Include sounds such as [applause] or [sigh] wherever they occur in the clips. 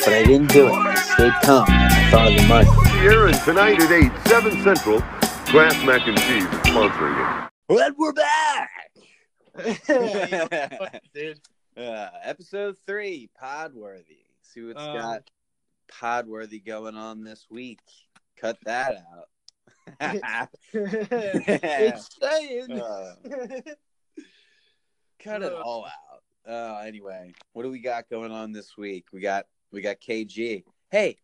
doing. Stay calm. Follow the money. Here and tonight at 8, 7 Central, Kraft Mac and Cheese is sponsoring it. Well, we're back. Yeah, [laughs] [laughs] dude. Uh, episode three, Podworthy. See what's Um, got Podworthy going on this week. Cut that out. it's staying. Uh, [laughs] cut it all out. Uh, anyway, what do we got going on this week? We got we got KG. Hey,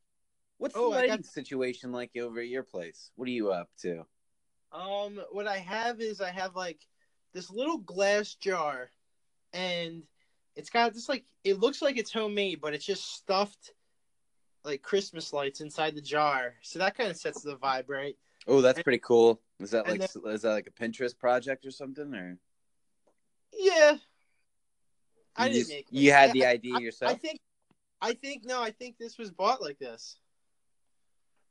what's Oh, the I lighting got- situation like over at your place? What are you up to? um, what I have is I have like this little glass jar, and it's got this like it looks like it's homemade, but it's just stuffed like Christmas lights inside the jar. So that kind of sets the vibe, right? Oh, that's pretty cool. Is that like And is that like a Pinterest project or something? Or Yeah. I you didn't just- make. you had the I- idea yourself. I think. I think no. I think this was bought like this.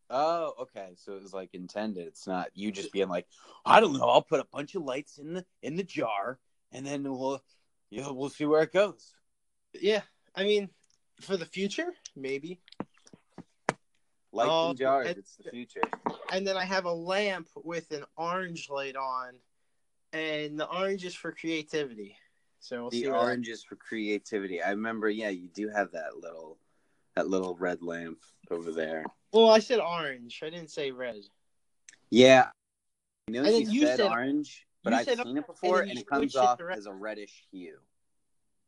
Oh, okay. So it was like intended. It's not you just being like, I don't know. I'll put a bunch of lights in the in the jar, and then we'll you know, we'll see where it goes. Yeah, I mean, for the future, maybe. Lights Oh, in jars. it- It's the future. And then I have a lamp with an orange light on, and the orange is for creativity. So we'll The see. where that- orange is for creativity. I remember. Yeah, you do have that little that little red lamp over there. Well, I said orange. I didn't say red. Yeah. I know And then you, you said, said- orange, but you I've said seen it before, then and you it comes switched it off to red. as a reddish hue.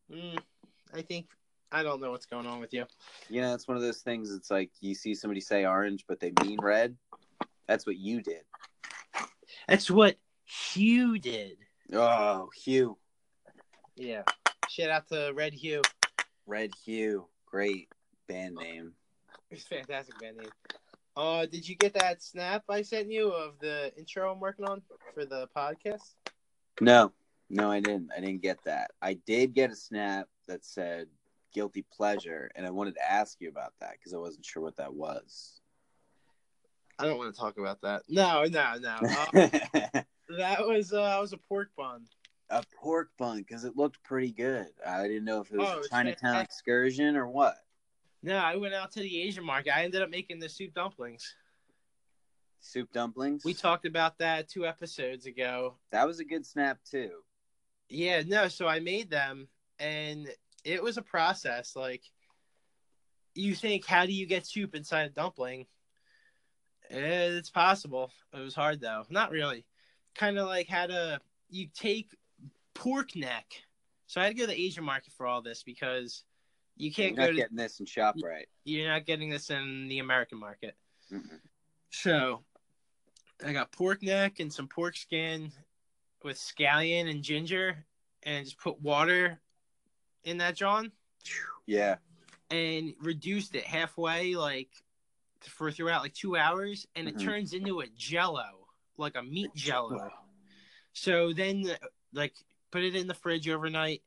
Mm, I think I don't know what's going on with you. You know, it's one of those things. It's like you see somebody say orange, but they mean red. That's what you did. That's what Hugh did. Oh, hue. Yeah. Shout out to Red Hugh. [laughs] Red Hue, great band name. It's fantastic band name. Uh, did you get that snap I sent you of the intro I'm working on for the podcast? No, no, I didn't. I didn't get that. I did get a snap that said "guilty pleasure," and I wanted to ask you about that because I wasn't sure what that was. I don't want to talk about that. No, no, [laughs] no. Uh, [laughs] a That was uh, that was a pork bun. pork bun because it looked pretty good. I didn't know if it was Oh, a it's Chinatown fantastic. excursion or what. No, I went out to the Asian market. I ended up making the soup dumplings. Soup dumplings. We talked about that two episodes ago. that was a good snap too. Yeah, no, so I made them and it was a process. Like you think how do you get soup inside a dumpling? Eh, It's possible. It was hard though. Not really. Kind of like how to you take pork neck. So I had to go to the Asian market for all this because you You're can't not go to getting this in shop right. you're not getting this in the American market. Mm-mm. So I got pork neck and some pork skin with scallion and ginger and just put water in that John Yeah, and reduced it halfway like for throughout like two hours and Mhm. it turns into a jello, like a meat jello. So then like put it in the fridge overnight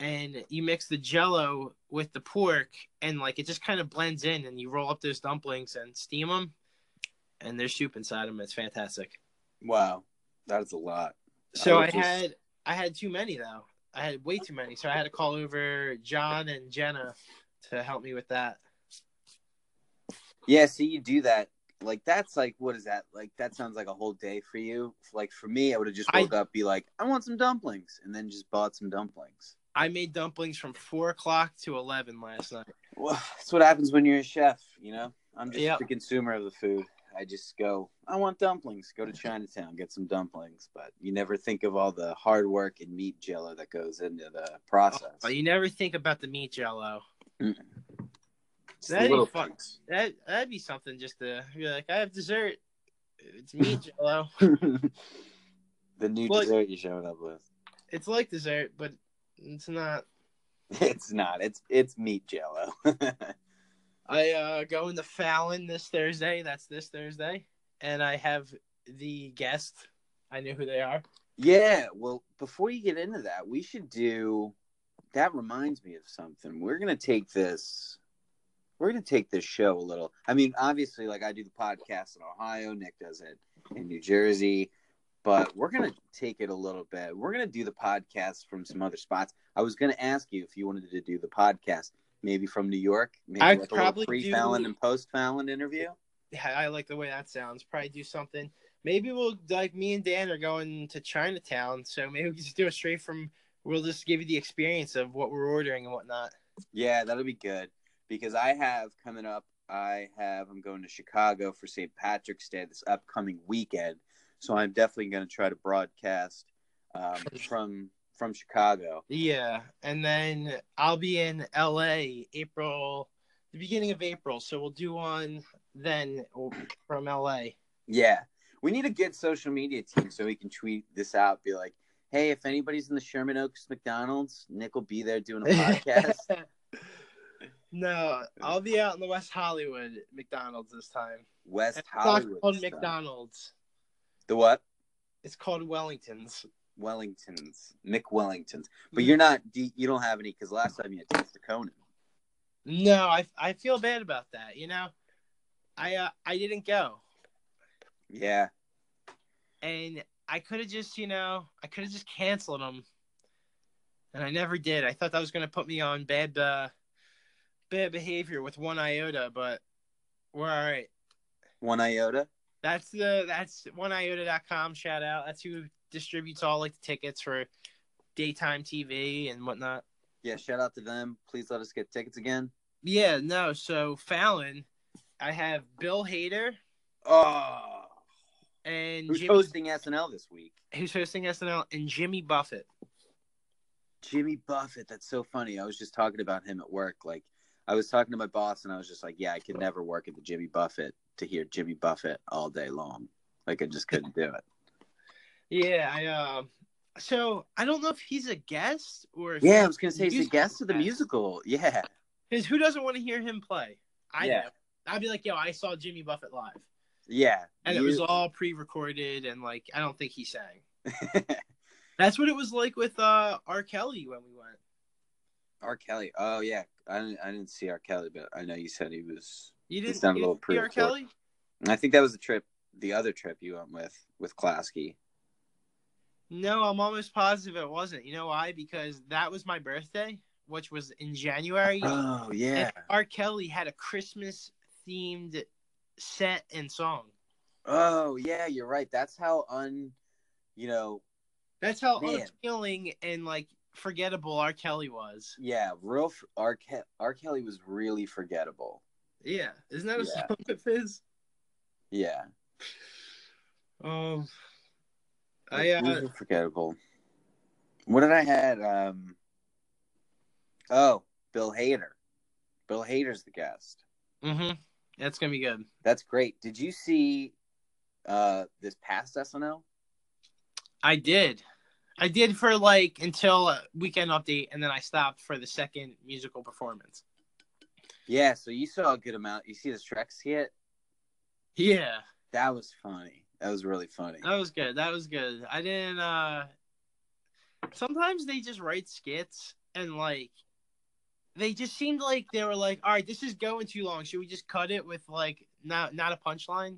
and you mix the jello with the pork and like it just kind of blends in and you roll up those dumplings and steam them and there's soup inside them. It's fantastic. Wow, that is a lot. So would I just- had I had too many though. I had way too many. So I had to call over John and Jenna to help me with that. Yeah, so you do that. Like that's like what is that? Like that sounds like a whole day for you. Like for me, I would have just I- woke up, be like, I want some dumplings, and then just bought some dumplings. I made dumplings from four o'clock to eleven last night. Well, that's what happens when you're a chef, you know. I'm just Yeah. the consumer of the food. I just go, I want dumplings. Go to Chinatown, get some dumplings. But you never think of all the hard work and meat jello that goes into the process. But Oh, you never think about the meat jello. It's the That little ain't fun. things. [laughs] That that'd be something just to be like, I have dessert. It's meat jello. the new Well, dessert you're showing up with. It's like dessert, but it's not. [laughs] It's not. It's it's meat jello. [laughs] I uh, go into Fallon this Thursday. That's this Thursday, and I have the guest. I know who they are. Yeah, well, before you get into that, we should do that reminds me of something. We're going to take this we're going to take this show a little. I mean, obviously like I do the podcast in Ohio, Nick does it in New Jersey, but we're going to take it a little bit. We're going to do the podcast from some other spots. I was going to ask you if you wanted to do the podcast maybe from New York. Maybe I'd like probably a pre do- Fallon and post Fallon interview. Yeah, I like the way that sounds. Probably do something. Maybe we'll like me and Dan are going to Chinatown, so maybe we can just do it straight from. We'll just give you the experience of what we're ordering and whatnot. Yeah, that'll be good because I have coming up. I have I'm going to Chicago for St. Patrick's Day this upcoming weekend, so I'm definitely going to try to broadcast um, from from Chicago. Yeah, and then I'll be in LA April, the beginning of April. So we'll do one then from LA. Yeah, we need a good social media team so we can tweet this out. Be like, hey, if anybody's in the Sherman Oaks McDonald's, Nick will be there doing a podcast. no, I'll be out in the West Hollywood McDonald's this time. West It's not Hollywood. called style. McDonald's. The what? It's called Wellington's. Wellingtons. Mick Wellingtons. Hmm. But you're not. do You you don't have any because last time you had Taste of Conan. No, I I feel bad about that. You know, I uh, I didn't go, Yeah. and I could have just you know I could have just canceled them, and I never did. I thought that was gonna put me on bad uh, bad behavior with one iota, but we're all right. One iota. That's the that's oneiota.com shout out. That's who distributes all like the tickets for daytime TV and whatnot. Yeah, shout out to them. Please let us get tickets again. Yeah, no. So Fallon, I have Bill Hader Oh, and who's Jimmy, hosting SNL this week? who's hosting SNL and Jimmy Buffett. Jimmy Buffett. That's so funny. I was just talking about him at work. Like, I was talking to my boss, and I was just like, "Yeah, I could never work at the Jimmy Buffett to hear Jimmy Buffett all day long. Like, I just couldn't do it." Yeah, I um. so I don't know if he's a guest or if Yeah, I was gonna say he's a Musical guest of the guest. musical. Yeah, because who doesn't want to hear him play? I Yeah. know. I'd be like, yo, I saw Jimmy Buffett live, yeah, and it You- was all pre-recorded, and like I don't think he sang. That's what it was like with uh R. Kelly when we went. [laughs] R. Kelly. Oh yeah, I didn't, I didn't see R. Kelly, but I know you said he was. You didn't, done a you little didn't see R. pre-recorded. Kelly? I think that was the trip, the other trip you went with with Klasky. No, I'm almost positive it wasn't. You know why? Because that was my birthday, which was in January. Oh yeah. And R. Kelly had a Christmas themed set and song. Oh yeah, you're right. That's how un, you know, That's how Man. unappealing and like forgettable R. Kelly was. yeah, real f- R. Ke- R. Kelly was really forgettable. Yeah, isn't that a Yeah. song of his? Yeah, Um, I uh, Really forgettable. What did I had? Um, oh, Bill Hader. Bill Hader's the guest. hmm that's gonna be good. That's great. Did you see uh this past SNL? I did. I did for like until uh, weekend update, and then I stopped for the second musical performance. Yeah, so you saw a good amount. You see the Shrek skit? Yeah, That was funny. That was really funny. that was good. That was good. I didn't. uh Sometimes they just write skits and like they just seemed like they were like, all right, this is going too long. Should we just cut it with like not not a punchline?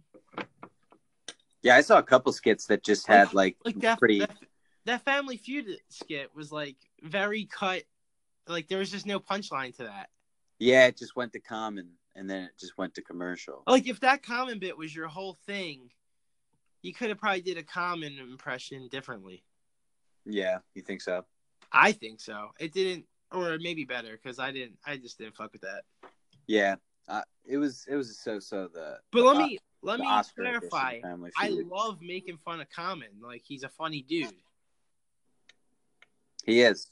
Yeah, I saw a couple skits that just had like, Like that pretty. that, that Family Feud skit was like very cut. Like there was just no punchline to that. Yeah, it just went to common and then it just went to commercial. Like if that common bit was your whole thing, you could have probably did a common impression differently. Yeah, you think so? I think so. It didn't, or maybe better because I didn't. I just didn't fuck with that. Yeah, uh, it was it was so so the. But let the- me let the me Oscar edition of clarify. Family I Feud. love making fun of Common. Like he's a funny dude. he is.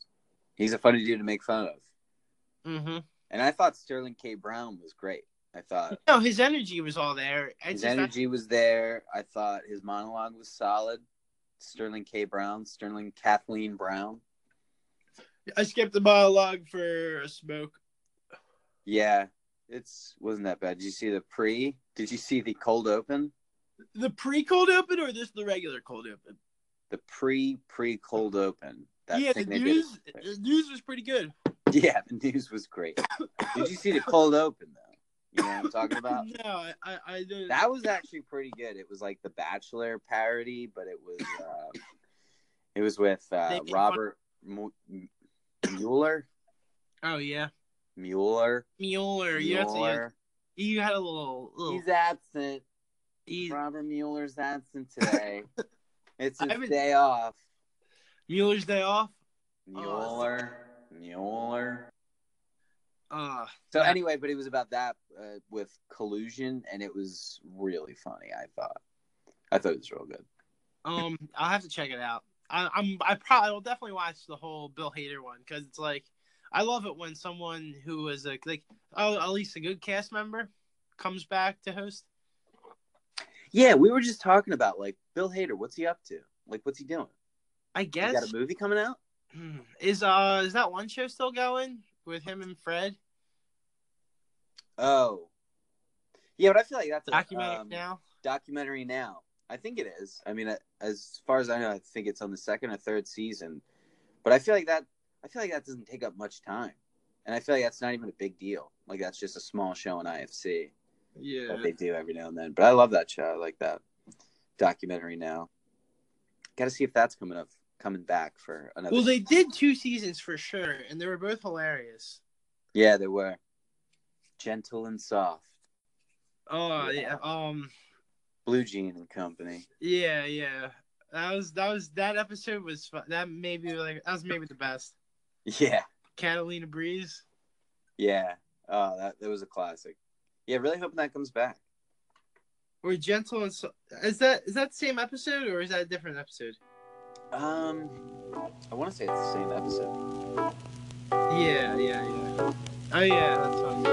He's a funny dude to make fun of, Mm-hmm. and I thought Sterling K. Brown was great. I thought No, his energy was all there. It's his just that- energy was there. I thought his monologue was solid. Sterling K. Brown, Sterling Kathleen Brown. I skipped the monologue for a smoke. Yeah, it's wasn't that bad. Did you see the pre? Did you see the cold open? The pre cold open or just the regular cold open? The pre pre cold open. That yeah, the thing they did at news uh, the news was pretty good. [laughs] Yeah, the news was great. Did you see the cold open though? You know what I'm [laughs] talking about? no, I I, I didn't. That was actually pretty good. It was like the Bachelor parody, but it was uh, it was with They uh, made fun- Robert Mu- M- Mueller. oh yeah, Mueller. Mueller, you have to, you, had, Mueller. you had a little. little He's absent. he's- Robert Mueller's absent [laughs] today. it's his I haven't- day off. Mueller's day off. Oh, Mueller. Mueller. Uh, So Yeah. anyway, but it was about that uh, with collusion, and it was really funny. I thought, I thought it was real good. um, I'll have to check it out. I, I'm I probably will definitely watch the whole Bill Hader one because it's like I love it when someone who is a, like oh at least a good cast member comes back to host. Yeah, we were just talking about like Bill Hader. What's he up to? Like, what's he doing? I He got guess a movie coming out? Hmm. is uh is that one show still going with him and Fred Oh, yeah, but I feel like that's a documentary um, now? Documentary now. I think it is. I mean, uh, as far as I know, I think it's on the second or third season. But I feel like that. I feel like that doesn't take up much time, and I feel like that's not even a big deal. Like that's just a small show in IFC. Yeah, that they do every now and then. But I love that show. I like that documentary now. Got to see if that's coming up, coming back for another. Well, they did two seasons for sure, and they were both hilarious. yeah, they were gentle and soft. Oh yeah. Yeah. Um. Blue Jean and Company. [laughs] Yeah. Yeah. That was that was that episode was fun. that maybe like that was maybe the best. Yeah, Catalina Breeze. yeah. Oh, that that was a classic. Yeah, really hoping that comes back. Or gentle and so- is that is that the same episode or is that a different episode? Um, I want to say it's the same episode. Yeah, yeah, yeah. Oh yeah, that's fun.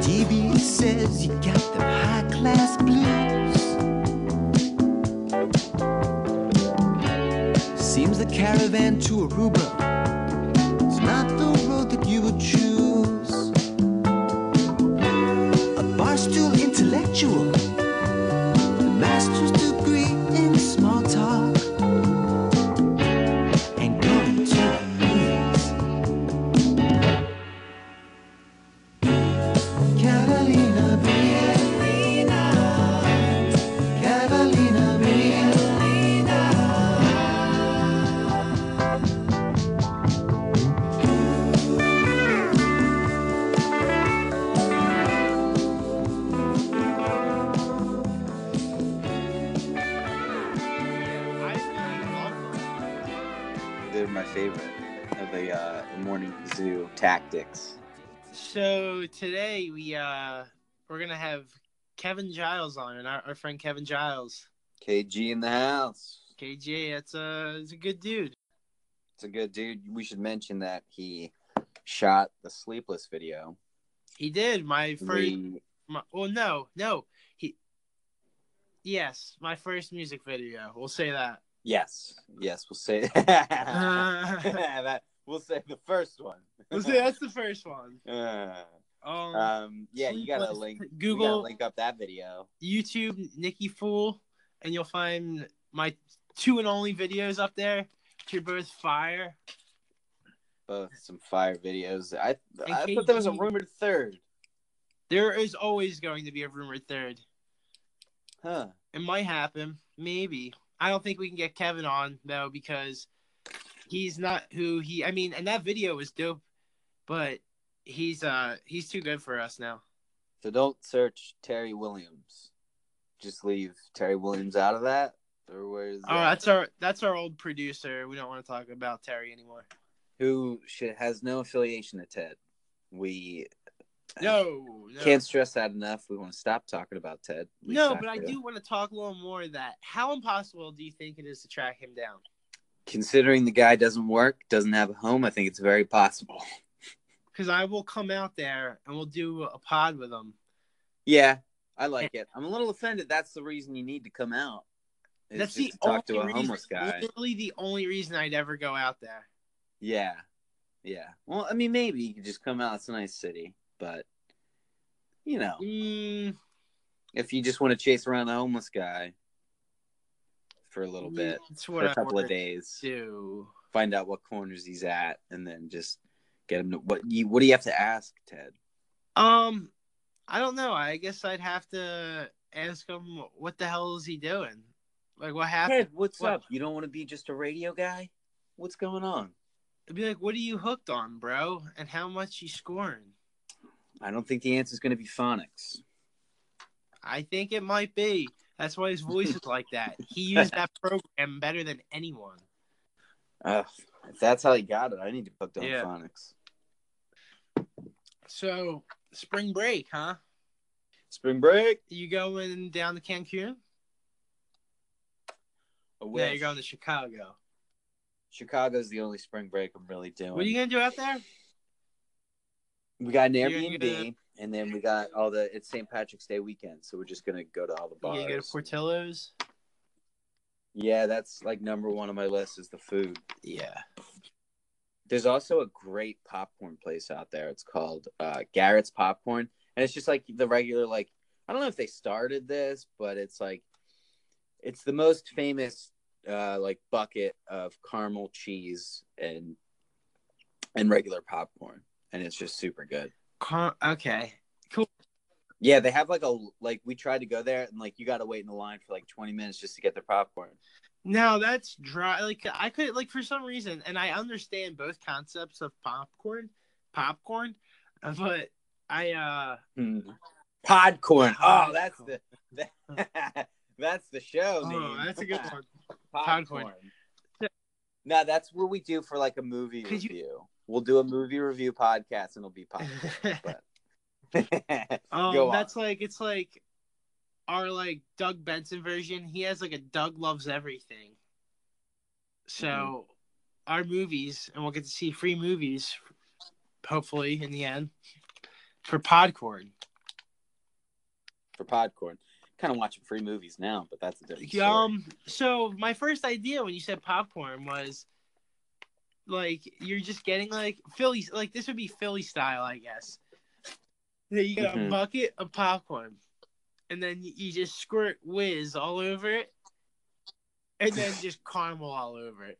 TV says you got the high class blues. Seems the caravan to Aruba is not the road that you would choose. A barstool intellectual, a master's degree in small talk, and going to the movies. Catalina Catalina Catalina Yeah, I really love them. They're my favorite of the uh, morning zoo tactics. So today we uh we're gonna have Kevin Giles on and our, our friend Kevin Giles. KG in the house. KJ, that's a it's a good dude. It's a good dude. We should mention that he shot the sleepless video. He did my first. We- My, well, no, no. He. Yes, my first music video. We'll say that. yes, yes, [laughs] we'll say [laughs] that. We'll say the first one. [laughs] we'll say that's the first one. Uh, Um, um, yeah, you gotta Sleepless. link. you gotta Google, link up that video. YouTube, Nikki Fool, and you'll find my two and only videos up there. You're both fire. Both some fire videos. I And I thought there was a KG. rumored third. There is always going to be a rumored third. Huh? It might happen. Maybe. I don't think we can get Kevin on though because he's not who he I mean, and that video was dope, but he's uh he's too good for us now. So don't search Terry Williams. Just leave Terry Williams out of that. Or where is Oh, that? that's our that's our old producer. We don't want to talk about Terry anymore. Who should, has no affiliation to Ted. We No, no. Can't stress that enough. We want to stop talking about Ted. At least no, but I feel. do want to talk a little more of that. How impossible do you think it is to track him down? Considering the guy doesn't work, doesn't have a home, I think it's very possible. [laughs] Because I will come out there and we'll do a pod with him. Yeah, I like it. I'm a little offended. That's the reason you need to come out. is That's the just to talk to only a homeless reason- guy. Literally the only reason I'd ever go out there. Yeah, yeah. Well, I mean, maybe you could just come out. It's a nice city, but you know, Mm, if you just want to chase around the homeless guy for a Mm, little bit, That's for what a I couple of wanna days, Do. find out what corners he's at, and then just get him to what you. What do you have to ask, Ted? Um, I don't know. I guess I'd have to ask him what the hell is he doing? Like what happened? Ted, what's What? up? You don't want to be just a radio guy? What's going on? I'd be like, what are you hooked on, bro? And how much you scoring? I don't think the answer is going to be phonics. I think it might be. That's why his voice is like that. [laughs] He used that program better than anyone. Ugh, if that's how he got it, I need to put down Yeah. phonics. So spring break, huh? Spring break. You going down to Cancun? Away. Yeah, you're going to Chicago. Chicago's the only spring break I'm really doing. What are you gonna do out there? we got an you're Airbnb, gonna- and then we got all the. It's St. Patrick's Day weekend, so we're just gonna go to all the You bars. gonna go to Portillo's? yeah, that's like number one on my list is the food. Yeah. There's also a great popcorn place out there. It's called uh, Garrett's Popcorn, and it's just like the regular like I don't know if they started this, but it's like it's the most famous uh, like bucket of caramel cheese and and regular popcorn, and it's just super good. Car- okay. Yeah, they have like a like we tried to go there and like you got to wait in the line for like 20 minutes just to get their popcorn. No, that's dry. Like I could like for some reason, and I understand both concepts of popcorn, popcorn, [laughs] but I uh Podcorn. Oh, Podcorn. that's the that's the [laughs] show. oh, name. that's a [laughs] good one. Podcorn. No, that's what we do for like a movie Could you- review. We'll do a movie review podcast and it'll [laughs] be popcorn. but Go Um, on. that's like it's like our like Doug Benson version. He has like a Doug loves everything. So our movies, and we'll get to see free movies, hopefully in the end for Podcorn. for Podcorn. Kind of watching free movies now, but that's a different story. Um. So my first idea when you said popcorn was like you're just getting like Philly, like this would be Philly style, I guess. That you got Mhm. a bucket of popcorn, and then you- you just squirt whiz all over it, and then just caramel all over it.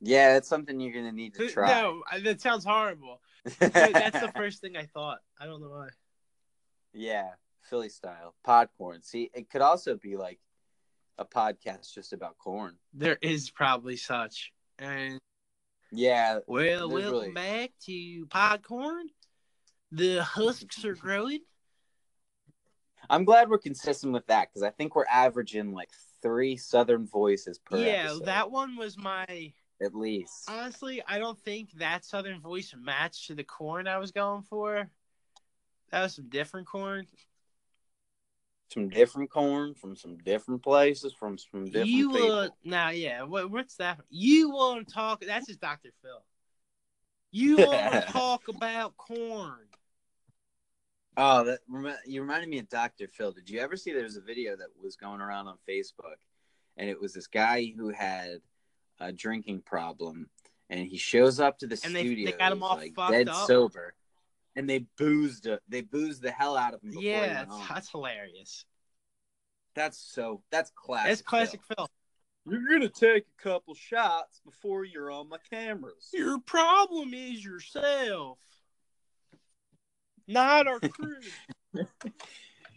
yeah, it's something you're gonna need to try. [laughs] No, I- that sounds horrible. But that's the first thing I thought. I don't know why. Yeah, Philly style podcorn. See, it could also be like a podcast just about corn. There is probably such. And Yeah, Well, There's welcome really- back to Podcorn. The husks are growing. I'm glad we're consistent with that because I think we're averaging like three Southern voices [laughs] per yeah, episode, that one was my. at least. Honestly, I don't think that Southern voice matched to the corn I was going for. That was some different corn. Some different corn from some different places from some different you people. uh, now, yeah. What, what's that? You want to talk? That's just Dr. Phil. You want [laughs] to talk about corn? Oh, that remi- you reminded me of Dr. Phil. Did you ever see there was a video that was going around on Facebook, and it was this guy who had a drinking problem, and he shows up to the And they- they studio, got him he's, all like fucked dead up. sober, and they boozed a- they boozed the hell out of him. Before he Yeah, went that's, home. that's hilarious. that's so that's classic. that's classic Phil. Phil. You're gonna take a couple shots before you're on my cameras. Your problem is yourself, not our crew.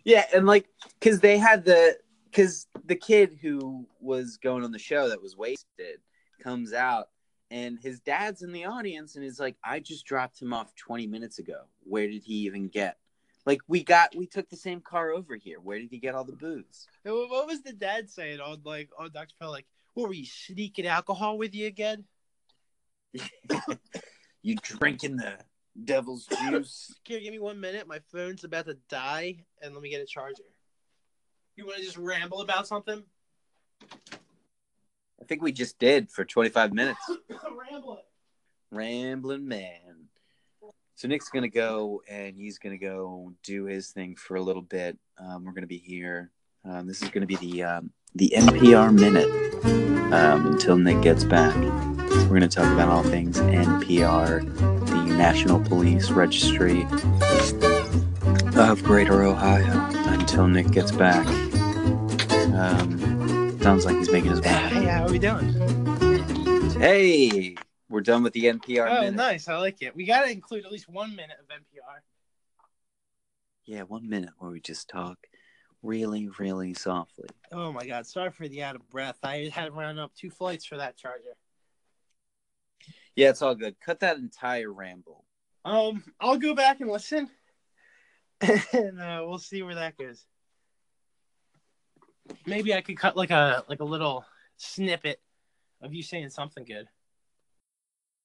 Yeah, and like, cause they had the, cause the kid who was going on the show that was wasted comes out, and his dad's in the audience, and is like, "I just dropped him off twenty minutes ago. Where did he even get? Like, we got, we took the same car over here. Where did he get all the booze? And what what was the dad saying on like on Dr. Phil? Like, what were you sneaking alcohol with you again? You drinking the devil's juice? Can you give me one minute? My phone's about to die, and let me get a charger. You want to just ramble about something? I think we just did for twenty five minutes. [coughs] ramble it. Rambling man. So Nick's gonna go and he's gonna go do his thing for a little bit. Um, we're gonna be here. Um, this is gonna be the um, the NPR minute um, until Nick gets back. So we're gonna talk about all things NPR, the National Police Registry of Greater Ohio. Until Nick gets back. Um, sounds like he's making his Hey, how are we doing? Hey, we're done with the NPR Oh, minute. nice. I like it. We got to include at least one minute of NPR. Yeah, one minute where we just talk really, really softly. Oh my God! Sorry for the out of breath. I had to run up two flights for that charger. Yeah, it's all good. Cut that entire ramble. Um, I'll go back and listen, [laughs] and uh, we'll see where that goes. Maybe I could cut like a like a little snippet of you saying something good. [laughs]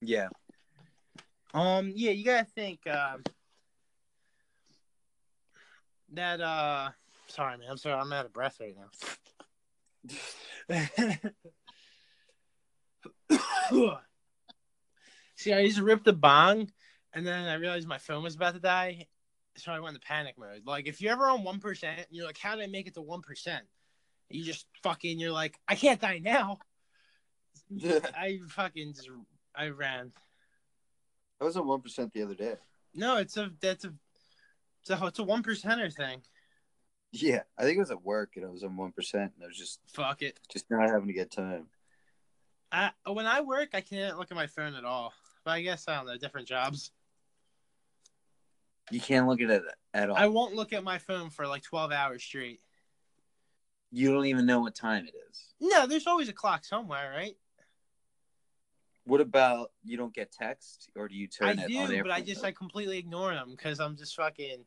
Yeah. Um, yeah, you gotta think um, that. Uh, sorry, man. I'm sorry. I'm out of breath right now. [coughs] See, I just ripped the bong, and then I realized my phone was about to die, so I went into panic mode. Like, if you're ever on one percent, and you're like, "How did I make it to one percent?" You just fucking, you're like, "I can't die now." I I fucking just, I ran. was on one percent the other day. No, it's a that's a it's a it's a one percenter thing. Yeah, I think it was at work, and I was on one percent, and I was just Fuck it. just not having a good time. I when I work, I can't look at my phone at all. But I guess I don't know different jobs. You can't look at it at all. I won't look at my phone for like twelve hours straight. you don't even know what time it is. No, there's always a clock somewhere, right? What about you don't get text, or do you turn I it on do, but I airplane just mode? like completely ignore them because I'm just fucking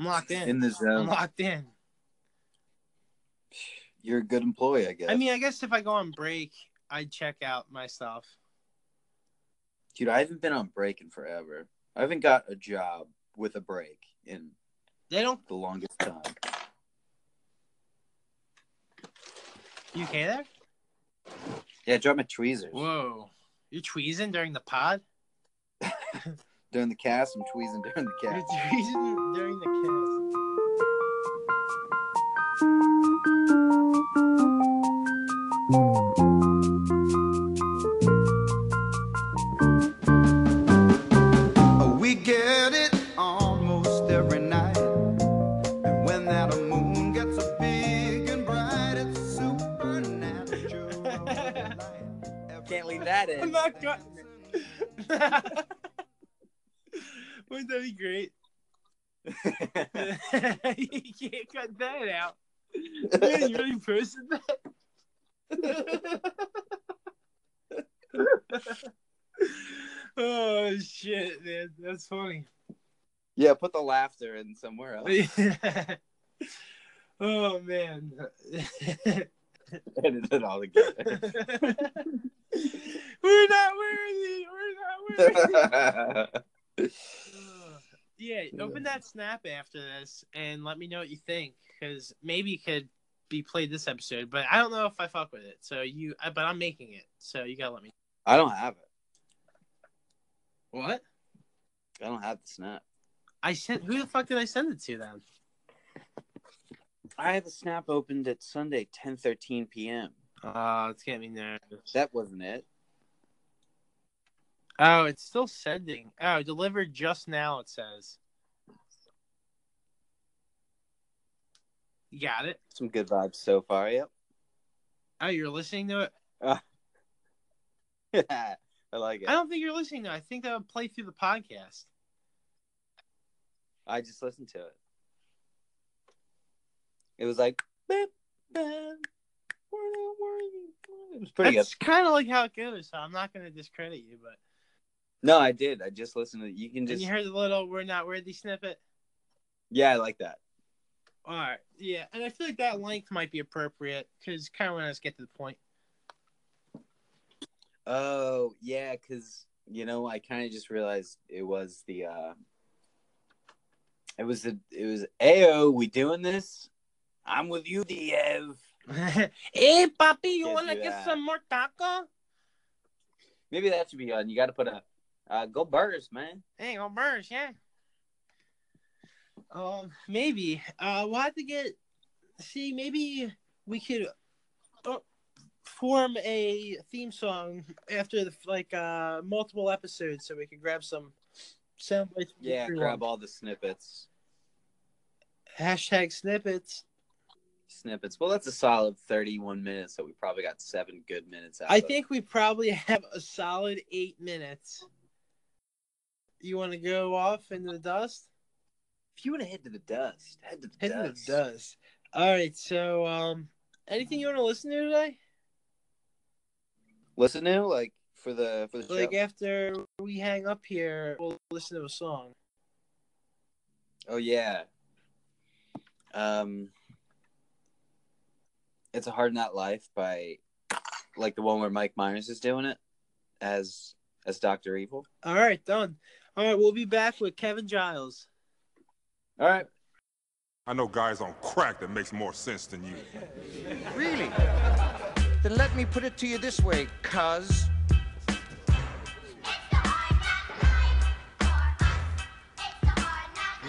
I'm locked in. in the I'm zone? locked in. You're a good employee, I guess. I mean, I guess if I go on break, I'd check out my stuff. dude, I haven't been on break in forever. I haven't got a job with a break in They don't. the longest time. You okay there? Yeah, I dropped my tweezers Whoa, you're tweezing during the pod. during the cast. I'm tweezing during the You're cast. tweezing during the kiss. We get it almost every night. And when that moon gets so big and bright, it's supernatural. [laughs] light. Can't leave that [laughs] in. I'm not go- [laughs] Wouldn't that be great? [laughs] you can't cut that out. Man, you really posted that? [laughs] oh shit, man, that's funny. [laughs] Yeah, put the laughter in somewhere else. [laughs] oh man. [laughs] Edit it all together. we're not worthy. We're not worthy. Ugh. yeah, open that snap after this and let me know what you think because maybe it could be played this episode, but I don't know if I fuck with it. So you, I, but I'm making it, so you gotta let me. [laughs] I don't have it. What? I don't have the snap. I sent. Who the fuck did I send it to then? I have a snap opened at Sunday, ten thirteen p.m. Oh, it's getting me nervous. That wasn't it. Oh, it's still sending. Oh, delivered just now. It says. You got it. Some good vibes so far. Yep. [laughs] Oh, you're listening to it. I I like it. don't think you're listening to. it. I think that would play through the podcast. I just listened to it. It was like, "Beep, beep, we're not worthy." oh it was pretty That's kind of like how it goes. So I'm not going to discredit you, but good. No, I did. I just listened to it. You can and just, you heard the little "we're not worthy" snippet. yeah, I like that. All right, yeah, and I feel like that length might be appropriate because kind of when us get to the point. [laughs] Oh yeah, because you know I kind of just realized it was the, uh it was the it was Ayo. We doing this? I'm with you, Diev. hey, Poppy, you Can't want to do get that. some more taco? Maybe that should be on. You got to put a uh, go burgers, man. Hey, on burst, yeah. Um, maybe. Uh, we'll have to get. See, maybe we could uh, form a theme song after the like uh multiple episodes, so we can grab some sound bites. from Yeah, everyone. grab all the snippets. hashtag snippets. Snippets. Well, that's a solid 31 minutes. So we probably got seven good minutes out. I of it. think we probably have a solid eight minutes. You want to go off into the dust? if you want to head to the dust, head to the Into dust. the dust. All right. So, um, anything you want to listen to today? Listen to like for the for the Like show? after we hang up here, we'll listen to a song. Oh yeah. Um, it's a hard not life by, like the one where Mike Myers is doing it, as as Doctor Evil. All right, done. All right, we'll be back with Kevin Giles. All right. I know guys on crack that makes more sense than you. Really? Then let me put it to you this way, cuz.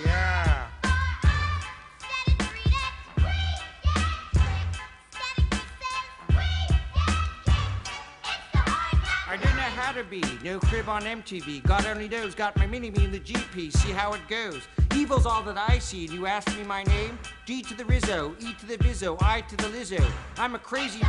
Yeah. I didn't know how to be. No crib on MTV. God only knows. Got my mini me in the GP. See how it goes. Evil's all that I see. And you ask me my name? D to the Rizzo, E to the Bizzo, I to the Lizzo. I'm a crazy.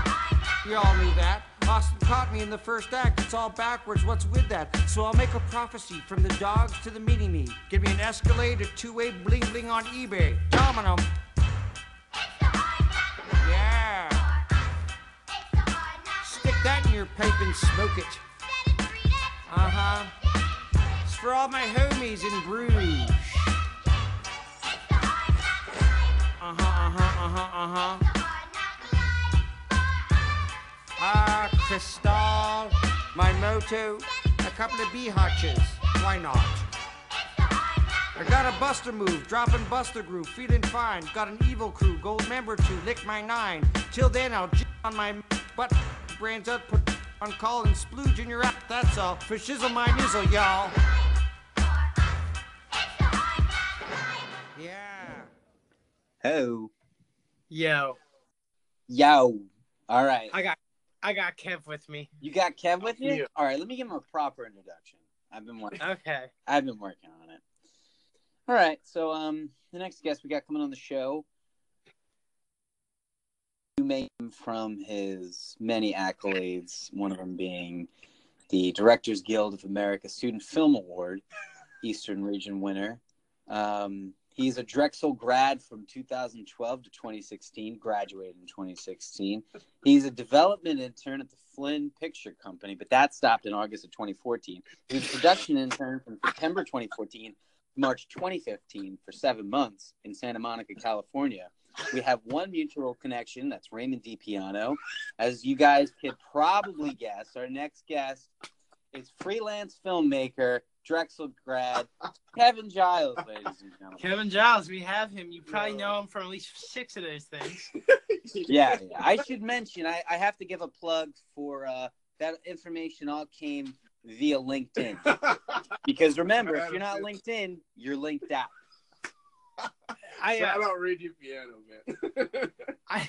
We all knew that. Austin caught me in the first act. It's all backwards. What's with that? So I'll make a prophecy from the dogs to the mini me. Give me an Escalade, a two-way bling bling on eBay. Dominum. Yeah. Stick that in your pipe and smoke it. Uh huh. It's for all my homies in Bruges. Uh huh, uh huh, uh huh, uh huh. Ah, Cristal, my moto, a couple of bee hotches. Why not? I got a buster move, dropping buster groove, feeling fine. Got an evil crew, gold member to lick my nine. Till then, I'll j- on my butt, brands up, put on call and splooge in your app. That's all. For shizzle my nizzle, y'all. Yeah. Ho. Yo, Yo. All right. I got I got Kev with me. You got Kev with you? Yeah. All right, let me give him a proper introduction. I've [laughs] been working. Okay. I've been working on it. All right, so um, the next guest we got coming on the show, you may know him from his many accolades. One of them being the Directors Guild of America Student Film Award, Eastern Region winner. Um, he's a Drexel grad from 2012 to 2016. Graduated in 2016. He's a development intern at the Flynn Picture Company, but that stopped in August of 2014. He was a production intern from September 2014 to March 2015 for seven months in Santa Monica, California. We have one mutual connection. That's Raymond DiPiano. As you guys could probably guess, our next guest is freelance filmmaker, Drexel grad, Kevin Giles, ladies and gentlemen. Kevin Giles, we have him. You probably know him from at least six of those things. yeah, yeah. I should mention I, I have to give a plug for uh, that information all came via LinkedIn. [laughs] because remember, if you're not LinkedIn, you're linked out. [laughs] I, Shout uh, out Reggie Piano, man. [laughs] I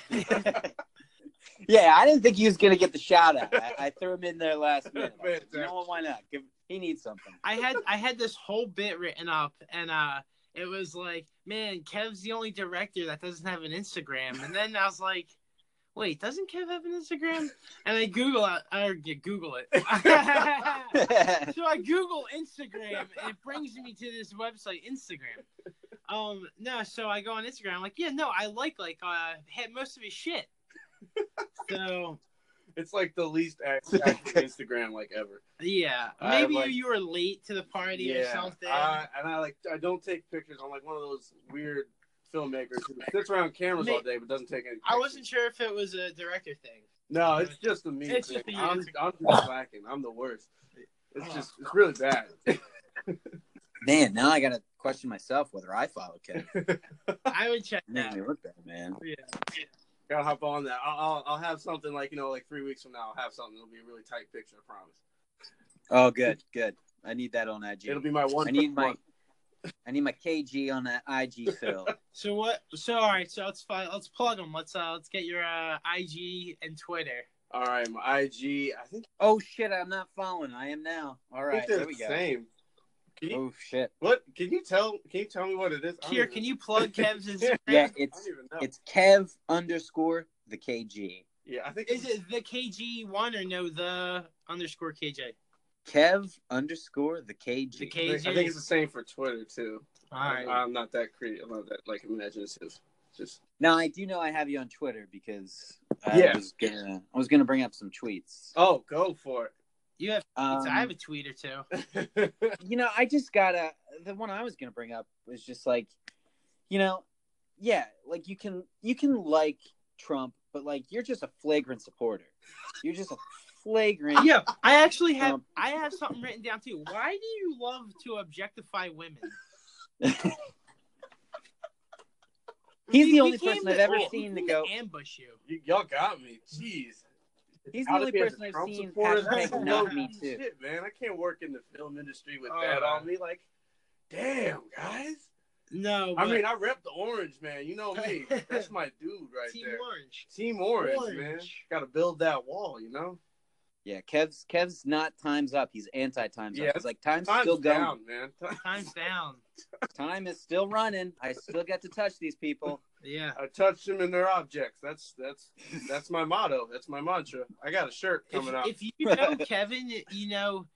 Yeah, I didn't think he was gonna get the shout out. I, I threw him in there [laughs] last minute. I said, You know what, why not? Give he needs something. I had I had this whole bit written up, and uh, it was like, man, Kev's the only director that doesn't have an Instagram. And then I was like, wait, doesn't Kev have an Instagram? And I Google it, or yeah, Google it. [laughs] so I Google Instagram, and it brings me to this website, Instagram. Um, no, so I go on Instagram. I'm like, yeah, no, I like like uh, had most of his shit. So it's like the least [laughs] active, active Instagram like ever. yeah, I maybe like- you were late to the party or something. I, and I like I don't take pictures. I'm like one of those weird filmmakers who sits around cameras Me- all day but doesn't take any. I pictures. wasn't sure if it was a director thing. No, it's just a me. It's thing. just Oh. a you. I'm, I'm just slacking. I'm the worst. It's just it's really bad. [laughs] Man, now I gotta question myself whether I follow Kevin. I would [laughs] check Make that. me look better, man. Yeah. Gotta hop on that. I'll, I'll I'll have something like you know like three weeks from now. I'll have something. It'll be a really tight picture. I promise. Oh good, good. I need that on IG. It'll be my one. I need for my one. I need my KG on that IG [laughs] fill. So what? So all right. So let's fi- let's plug them. Let's uh let's get your uh, IG and Twitter. All right, my IG. I think, oh shit, I'm not following. I am now. All I right, think they're there we the go. same. Can you- Oh shit. What can you tell? Can you tell me what it is? I don't Here, even- can you plug [laughs] Kev's Instagram? Yeah, I it's don't even know. It's Kev underscore the KG. yeah, I think Is it the KG one or no the underscore KJ? Kev underscore the KG. The I KG. think, I think it's the same for Twitter too. all right. I'm not that creative. I'm not that like imaginative. Just Now I do know I have you on Twitter because I Yeah. was gonna I was gonna bring up some tweets. oh, go for it. You have Um, I have a tweet or [laughs] two. you know, I just gotta. The one I was gonna bring up was just like, you know, yeah, like you can you can like Trump, but like you're just a flagrant supporter. You're just a flagrant. Yeah, I actually have Um, I have something written down too. Why do you love to objectify women? [laughs] He's We- the we only came person to- I've ever we seen to came go. ambush you. [laughs] you, y'all got me. Jeez. He's the Out only of here as a person I've Trump seen supporter, that's hashtag no not me too. Shit, man, I can't work in the film industry with Oh, that man. on me. Like, damn, guys. No, I but- mean, I rep the orange, man. You [laughs] know me. That's my dude right Team there. Orange. Team orange, man. Orange. Got to build that wall, you know. Yeah, Kev's Kev's not times up. He's anti times Yeah, up. He's like time's, Time's still going. down, man. [laughs] Time- Time's down. Time is still running. I still get to touch these people. Yeah. I touched them in their objects. That's that's that's my motto. That's my mantra. I got a shirt coming if, up. if you know Kevin, you know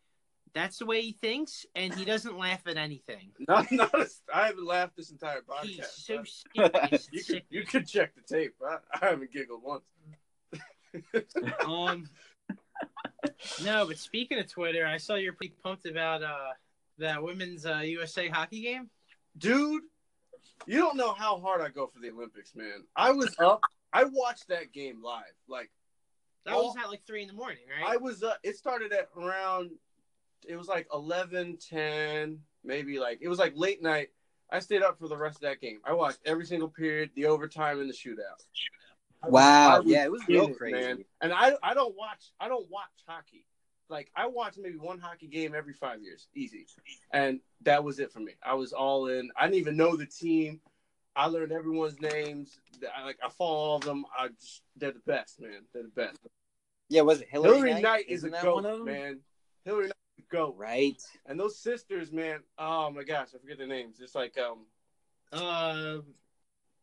that's the way he thinks, and he doesn't laugh at anything. [laughs] Not, not a, I haven't laughed this entire He's podcast. so [laughs] I- serious. you It's could you could check the tape. I, I haven't giggled once. sick. Um, no, but speaking of Twitter, I saw you're pretty pumped about uh that women's uh, USA hockey game. dude, you don't know how hard I go for the Olympics, man. I was up. I watched that game live. Like That Oh. was at like three in the morning, I right? was. Uh, it started at around. It was like 11, 10, maybe like it was like late night. I stayed up for the rest of that game. I watched every single period, the overtime, and the shootout. I Wow. was Yeah, it was real Dude, crazy. And I I don't watch I don't watch hockey. Like I watch maybe one hockey game every five years, easy. And that was it for me. I was all in. I didn't even know the team. I learned everyone's names. I, like I follow all of them. I just they're the best, man. They're the best. Yeah, was it Hillary, Hillary, Knight, is a Isn't that one of goat, them? man. Hillary Knight is a goat. Right. And those sisters, man. Oh my gosh, I forget their names. It's like um Uh,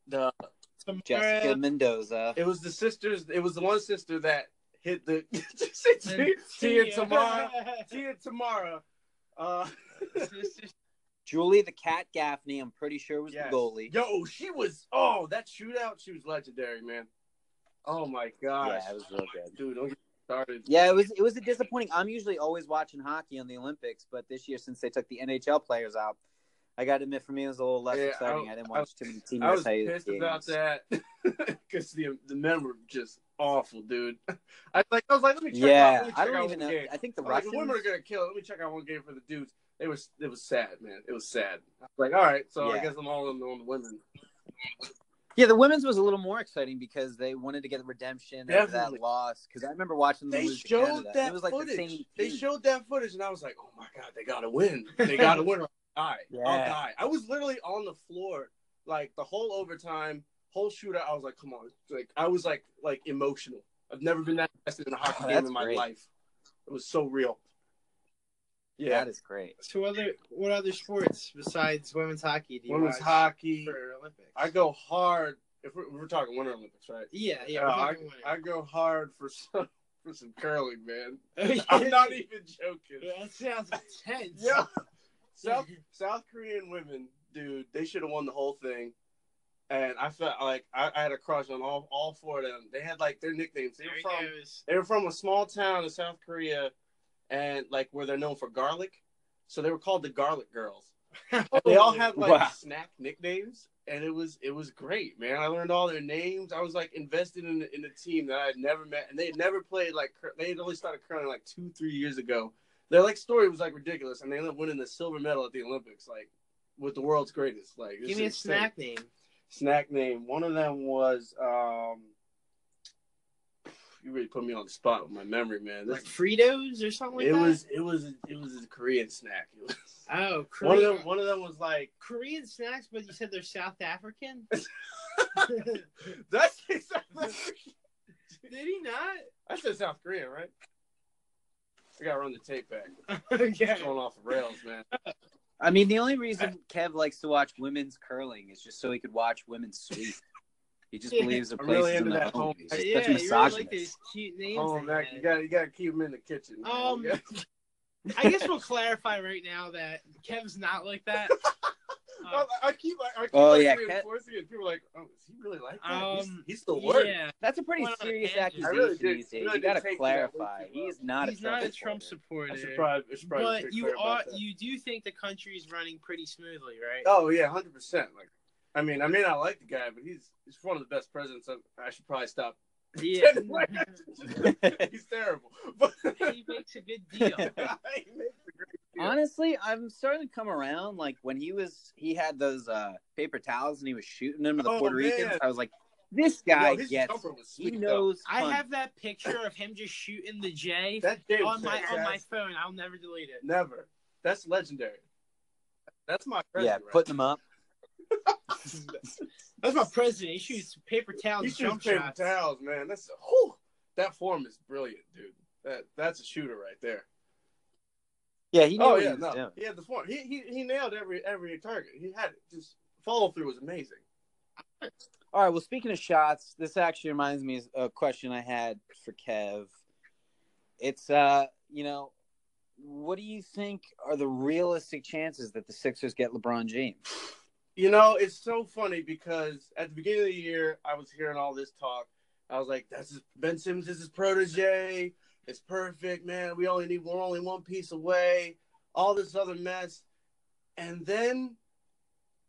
the Tamara- Jessica Mendoza. it was the sisters. It was the one sister that hit the [laughs] T, [laughs] T and Tamara. Tia Tamara. [laughs] Uh, Julie the Cat Gaffney, I'm pretty sure was yes. the goalie. Yo, she was. Oh, that shootout, she was legendary, man. Oh my gosh, Yeah, it was real good. dude, don't get me started. Yeah, it was it was a disappointing. I'm usually always watching hockey on the Olympics, but this year since they took the NHL players out, I got to admit for me it was a little less Yeah, I- exciting. I, didn't I- watch too many team I was USA pissed games. about that [laughs] because the the men were just awful, dude. [laughs] I like, I was like, let me check out. Let Yeah, me check I out don't even one know. Game. I think the I was like, Russians. the women are gonna kill. it. Let me check out one game for the dudes. It was it was sad, man. It was sad. I was like, all right, so I Yeah. guess I'm all in on the women. Yeah, the women's was a little more exciting because they wanted to get redemption after Definitely. that loss. Because I remember watching them They lose to showed Canada, and that it was like footage. the same. they team. showed that footage, and I was like, "Oh my god, they gotta win! They gotta win! Or I'll die! I'll Yeah. die!" I was literally on the floor, like the whole overtime, whole shootout. I was like, "Come on!" Like I was like, like emotional. I've never been that invested in a hockey Oh, game that's in my great. life. It was so real. Yeah, That is great. So other what other sports besides women's hockey do you women's watch hockey. for Olympics? I go hard. If we're, we're talking Winter Olympics, right? Yeah, yeah. Uh, we're talking I winter. go hard for some [laughs] for some curling, [laughs] man. [laughs] Yeah. I'm not even joking. That sounds intense. Yeah. [laughs] South South Korean women, dude, they should have won the whole thing. And I felt like I, I had a crush on all, all four of them. They had like their nicknames. They There were he from goes. they were from a small town in South Korea and like where they're known for garlic. So they were called the garlic girls. [laughs] They all had like Wow. snack nicknames and it was it was great, man. I learned all their names. I was like invested in in a team that I had never met and they had never played like cur- they had only started curling like 2 3 years ago their like story was like ridiculous, and they ended up winning the silver medal at the Olympics, like with the world's greatest. Like, this Give me a is insane. snack name. Snack name. One of them was. um You really put me on the spot with my memory, man. This, Like Fritos or something like it that. was. It was. It was a Korean snack. It was, [laughs] oh one of Korean, them. One of them [laughs] was like. [laughs] Korean snacks, but you said they're South African. That's exactly. Did he not? I said South Korean, right? I gotta run the tape back. okay. [laughs] It's going off the rails, man. I mean, the only reason Kev likes to watch women's curling is just so he could watch women sweep. He [laughs] just Yeah. believes the I'm place really is in into the that home. home- He's Yeah, such a you really like misogynist. these cute names. Oh they man, had. you gotta you gotta keep them in the kitchen. man. Um, You gotta- [laughs] I guess we'll clarify right now that Kev's not like that. I, I keep like, I keep Oh, like yeah, Cat- reinforcing it. People are like, oh, is he really like that? Um, He's the worst. Yeah, That's a pretty Went on a serious tangent. I really accusation did- these days. really you did got to take to that way clarify. too well. He's not he's a Trump not a Trump supporter. I should supporter. probably, I should probably But pretty you clear about are that. you do think the country's running pretty smoothly, right? Oh yeah, hundred percent. Like, I mean, I may not like the guy, but he's he's one of the best presidents. I, I should probably stop. Yeah. [laughs] Like, I should just- he's terrible, [laughs] but [laughs] he he makes makes a good deal. [laughs] a great deal. Honestly, I'm starting to come around. Like when he was, he had those uh, paper towels and he was shooting them to the Oh, Puerto Ricans. man. I was like, this guy Yo, his gets. jumper was He sweet, though. knows. I punch. have that picture of him just shooting the J that day was on my on my fantastic. phone. I'll never delete it. Never. That's legendary. That's my Yeah, president. putting him up. That's my president. He shoots paper right? towels, He jump shoots paper shots. towels, man. That's whew, that form is brilliant, dude. That that's a shooter right there. Yeah, he knew oh what yeah, he was no, doing. he had the form. He, he he nailed every every target. He had it. Just follow through was amazing. All right. Well, speaking of shots, this actually reminds me of a question I had for Kev. It's uh, you know, what do you think are the realistic chances that the Sixers get LeBron James? You know, it's so funny because at the beginning of the year, I was hearing all this talk. I was like, "That's his, Ben Simmons is his protege. It's perfect, man. We only need we're only one piece away. All this other mess." And then,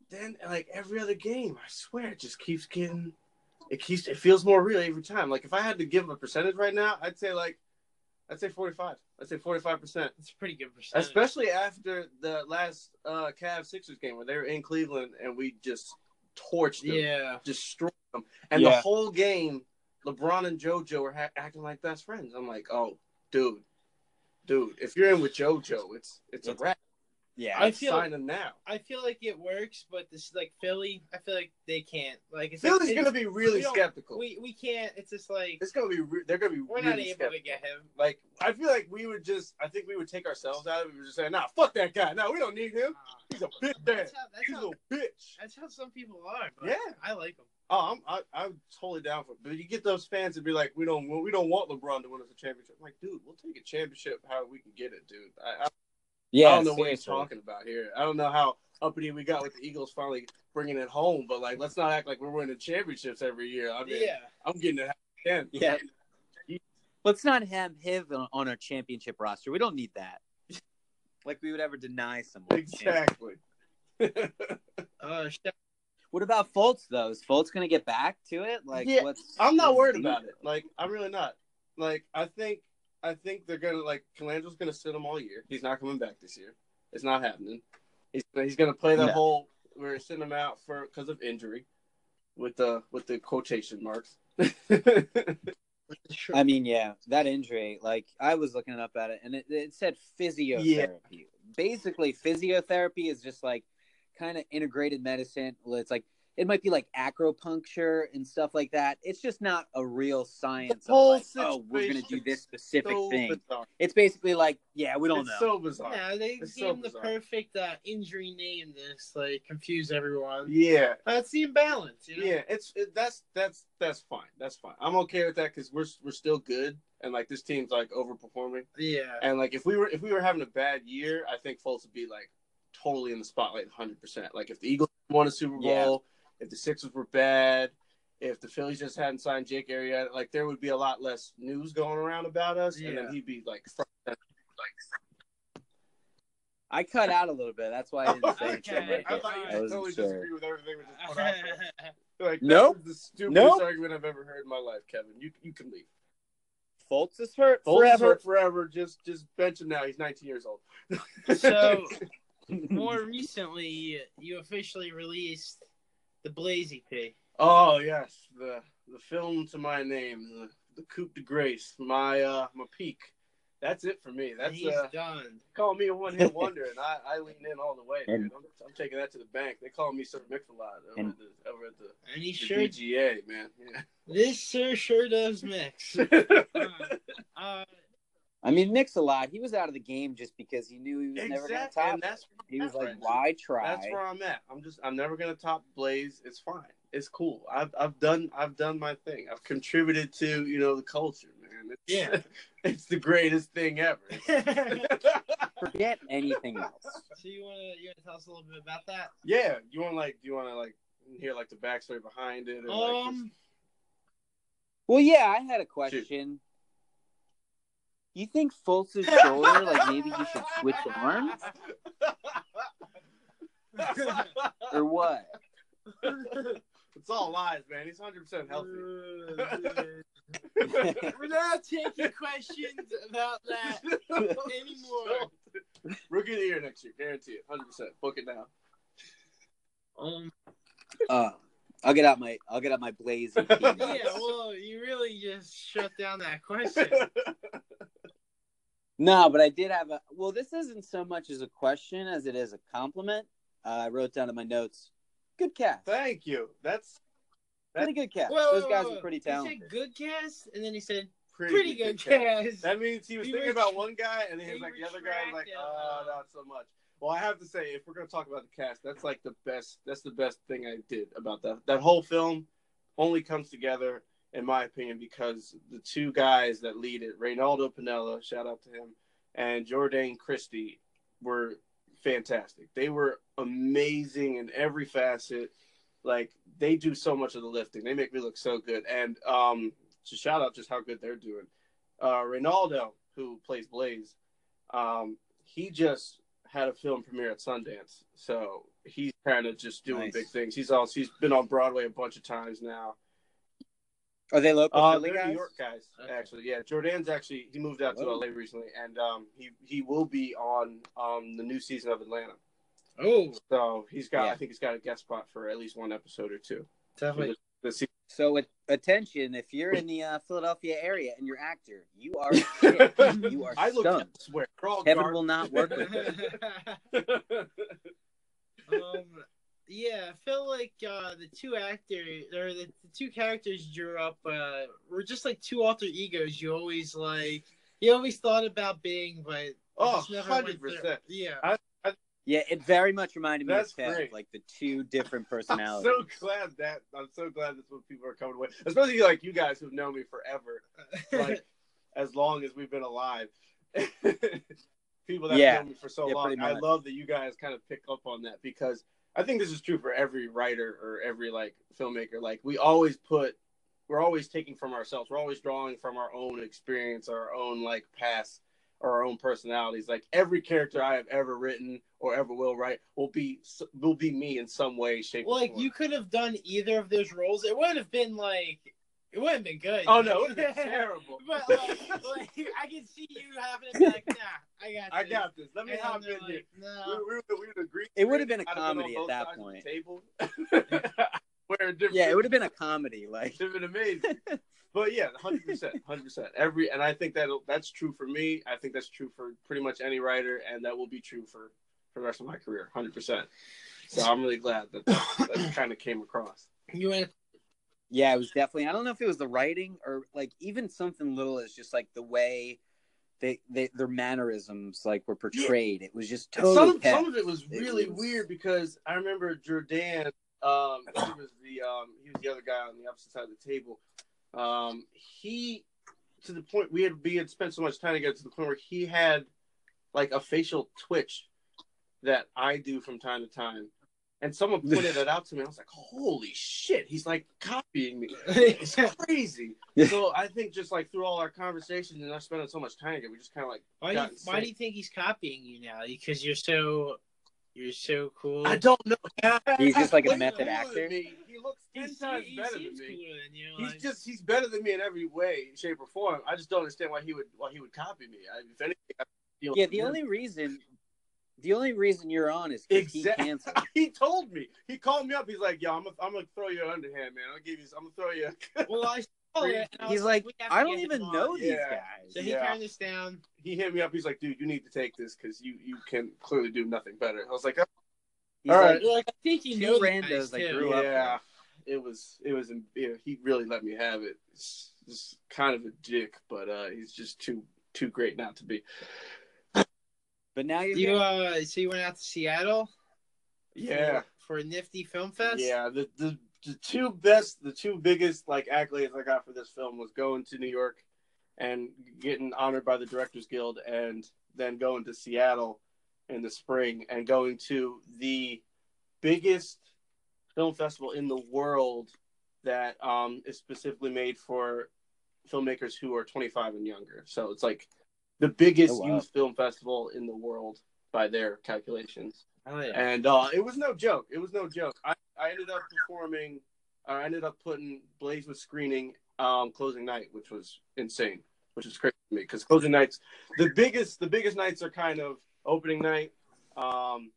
then like every other game, I swear, it just keeps getting. It keeps. It feels more real every time. Like if I had to give a percentage right now, I'd say like, I'd say forty-five. I'd say forty-five percent. That's a pretty good percentage. Especially after the last uh Cavs Sixers game where they were in Cleveland and we just torched them, yeah. destroyed them. And the Yeah. whole game, LeBron and JoJo were ha- acting like best friends. I'm like, oh, dude, dude, if you're in with JoJo, it's it's a It's- wrap. Yeah, I I feel- sign him now. I feel like it works, but this like Philly, I feel like they can't. Like it's like, Philly's gonna be really we don't- skeptical. we we can't. It's just like it's gonna be re- they're gonna be we're really not able skeptical. to get him. Like I feel like we would just I think we would take ourselves out of it. We would just say, nah, fuck that guy. No, we don't need him. He's a bitch. Uh, That's ass. how that's He's how, a bitch. that's how some people are. But Yeah. I like them. Oh, I'm I, I'm totally down for it. But you get those fans and be like, we don't we don't want LeBron to win us a championship. I'm like, dude, we'll take a championship how we can get it, dude. I, I, yeah. I don't know what you're seriously. talking about here. I don't know how uppity we got with the Eagles finally bringing it home. But like, let's not act like we're winning championships every year. I mean, Yeah, I'm getting it. Again. Yeah. Let's not have him on- on our championship roster. We don't need that. [laughs] Like we would ever deny someone. [laughs] exactly. [laughs] uh, sh- What about Fultz though? Is Fultz gonna get back to it? Like, Yeah, what's, I'm not what's worried the- about it. Like, I'm really not. Like, I think I think they're gonna like Colangelo's gonna sit him all year. He's not coming back this year. It's not happening. He's he's gonna play the No. whole we're sending him out for because of injury, with the with the quotation marks. [laughs] sure. I mean, yeah, that injury. Like I was looking up at it, and it, it said physiotherapy. Basically, physiotherapy is just like kind of integrated medicine. Well, It's like it might be like acupuncture and stuff like that. It's just not a real science. Of whole like, oh, we're gonna do situation this specific so thing. bizarre. It's basically like, yeah, we don't It's know. so bizarre. Yeah. yeah, they It's gave so him the bizarre. perfect uh, injury name. This like confuse everyone. yeah. That's the imbalance. You know? it's it, that's that's that's fine. That's fine. I'm okay with that because we're we're still good and like this team's like overperforming. yeah. And like if we were if we were having a bad year, I think Fultz would be like totally in the spotlight, hundred percent. Like if the Eagles won a Super Yeah. Bowl, if the Sixers were bad, if the Phillies just hadn't signed Jake Arrieta, like there would be a lot less news going around about us, and Yeah. then he'd be like, front- like I cut out a little bit. That's why I didn't say Okay. anything. Like I it. thought you I wasn't totally sure. disagree with everything we just put out there. [laughs] Like, Nope. this is the stupidest Nope. argument I've ever heard in my life, Kevin. You you can leave. Fultz is hurt Fultz is forever. hurt forever. Just just bench him now. He's 19 years old. [laughs] so more recently, you officially released the Blazy P. Oh yes, the the film to my name, the, the coup de grace, my uh my peak. That's it for me. and That's he's uh, done. call me a one hit wonder, and I, I lean in all the way. Dude. And- I'm, I'm taking that to the bank. They call me Sir Mix-a-Lot over, and- the, over at the, And he the sure DGA, man. [laughs] Yeah. this sir sure does [laughs] mix. uh, uh, [laughs] I mean, Nick's a lot. He was out of the game just because he knew he was never going to exactly. top. And that's where He I'm was at like, right now. "Why try?" That's where I'm at. I'm just I'm never gonna top Blaze. It's fine. It's cool. I've I've done I've done my thing. I've contributed to you know the culture, man. man. It's, Yeah. [laughs] it's the greatest [laughs] thing ever. Forget [laughs] anything else. so you wanna you wanna tell us a little bit about that? yeah, you want like, do you want to like hear like the backstory behind it? Or, like, Um, Well, yeah, I had a question. You think Fultz's [laughs] shoulder, like maybe he should [laughs] switch arms or [laughs] what? it's all lies, man. He's hundred percent healthy. [laughs] We're Um, not taking questions about [laughs] that. Anymore. Rookie of the year next year, guarantee it, hundred percent. Book it now. Um, Uh, I'll get out my I'll get out my [laughs] blazing. yeah, Yes. well, you really just shut down that question. No, but I did have a. Well, this isn't so much as a question as it is a compliment. Uh, I wrote down in my notes. Good cast. Thank you. That's Pretty good cast. Whoa, Those whoa, guys whoa, are pretty whoa. talented. He said good cast, and then he said pretty, pretty, good catch. cast. That means he was He thinking ret- about one guy, and then he he was like the other guy was like, retracted, oh, uh, not so much. Well, I have to say, if we're gonna talk about the cast, that's like the best. That's the best thing I did about that. That whole film only comes together, in my opinion, because the two guys that lead it, Reynaldo Pinella, shout out to him, and Jordan Christie, were fantastic. They were amazing in every facet. Like they do so much of the lifting. They make me look so good. And um, to shout out just how good they're doing. Uh, Ronaldo, who plays Blaze, um, he just had a film premiere at Sundance, so he's kind of just doing Nice. big things. He's also he's been on Broadway a bunch of times now. Are they local Uh, Philly they're guys? New York guys, Okay. actually. Yeah, Jordan's actually he moved out to Whoa. LA recently, and um, he he will be on um, the new season of Atlanta. oh, So he's got, Yeah. I think he's got a guest spot for at least one episode or two. definitely. The se- So at- attention, if you're in the uh, Philadelphia area and you're actor, you [laughs] are shit. you are I look, I stunned. swear, we're all Kevin garbage. will not work with this. um, [laughs] yeah, yeah, I feel like uh, the two actors or the, the two characters you drew up uh, were just like two alter egos. You always like you always thought about being, but it Oh, just never went 100%. there. Yeah. Yeah, it very much reminded me That's of Ted, great. like the [laughs] two different [laughs] I'm personalities. so glad that I'm so glad that's what people are coming away. Especially like you guys who've known me forever, [laughs] like as long as we've been alive. [laughs] people that Yeah. know me for so Yeah, long. pretty I much. love that you guys kind of pick up on that because I think this is true for every writer or every like filmmaker. Like we always put we're always taking from ourselves. We're always drawing from our own experience, our own like past, or our own personalities. Like every character I have ever written or ever will write will be will be me in some way, shape, or Well, [laughs] like form. you could have done either of those roles. It would have been like it would have been good. Oh no, [laughs] it [laughs] would have been terrible. but like, like, I can see you having [laughs] it be like, nah, I got. I this. got this. Let me And hop in they're here. like, We, No. we, we would agree. It would have been a I'd comedy on at both that sides of the [laughs] Table. [laughs] Where a different yeah, it would have been a comedy. Like, [laughs] It's been amazing. but yeah, hundred percent, hundred percent. Every and I think that that's true for me. I think that's true for pretty much any writer, and that will be true for for the rest of my career, hundred percent. So I'm really glad that that, [coughs] that kind of came across. You went. yeah, it was definitely. I don't know if it was the writing or like even something little is just like the way they, they their mannerisms like were portrayed. It was just totally. some, pet. some of it was It really was- weird because I remember Jordan. Um, he was the um, he was the other guy on the opposite side of the table. Um, he to the point we had we had spent so much time together to the point where he had like a facial twitch that I do from time to time, [laughs] and someone pointed it out to me. I was like, "Holy shit!" He's like [laughs] copying me. It's crazy. Yeah. so I think just like through all our conversations and us spending so much time together, we just kind of like Why do you, got Why do sick. you think he's copying you now? Because you're so, you're so cool. I don't know. [laughs] He's just like a He's method cooler than actor. me. He looks He ten se- times he better than seems me. cooler than you. He's like- just he's better than me in every way, shape, or form. I just don't understand why he would why he would copy me. I, if anything, I feel Yeah, the him. only reason, the only reason you're on is because Exact- he canceled. [laughs] he told me he called me up. He's like, "Yo, I'm gonna, I'm gonna throw you an underhand, man. I'll give you. I'm gonna throw you." a-" Well, I [laughs] saw it. and I He's was like, we have to I don't get even him on." know these Yeah. guys. So he Yeah. turned this down. he hit me up. He's like, "Dude, you need to take this because you you can clearly do nothing better." I was like, "Oh, He's All like, right. You're like, I think you Two know the randos guys, that too. grew up. "Yeah." It was it was yeah, he really let me have it. It's just kind of a dick, but uh, he's just too too great not to be. But now you're You here. uh, so you went out to Seattle. Yeah. For, for Nifty Film Fest. Yeah, the, the the two best, the two biggest like accolades I got for this film was going to New York and getting honored by the Directors Guild, and then going to Seattle in the spring and going to the biggest film festival in the world that um, is specifically made for filmmakers who are 25 and younger. So it's like the biggest Oh, wow. youth film festival in the world by their calculations Oh, yeah. and uh, it was no joke. It was no joke. I, I ended up performing. Or I ended up putting Blaze was screening um, closing night, which was insane, which is crazy to me because closing nights, the biggest the biggest nights are kind of opening night. Um,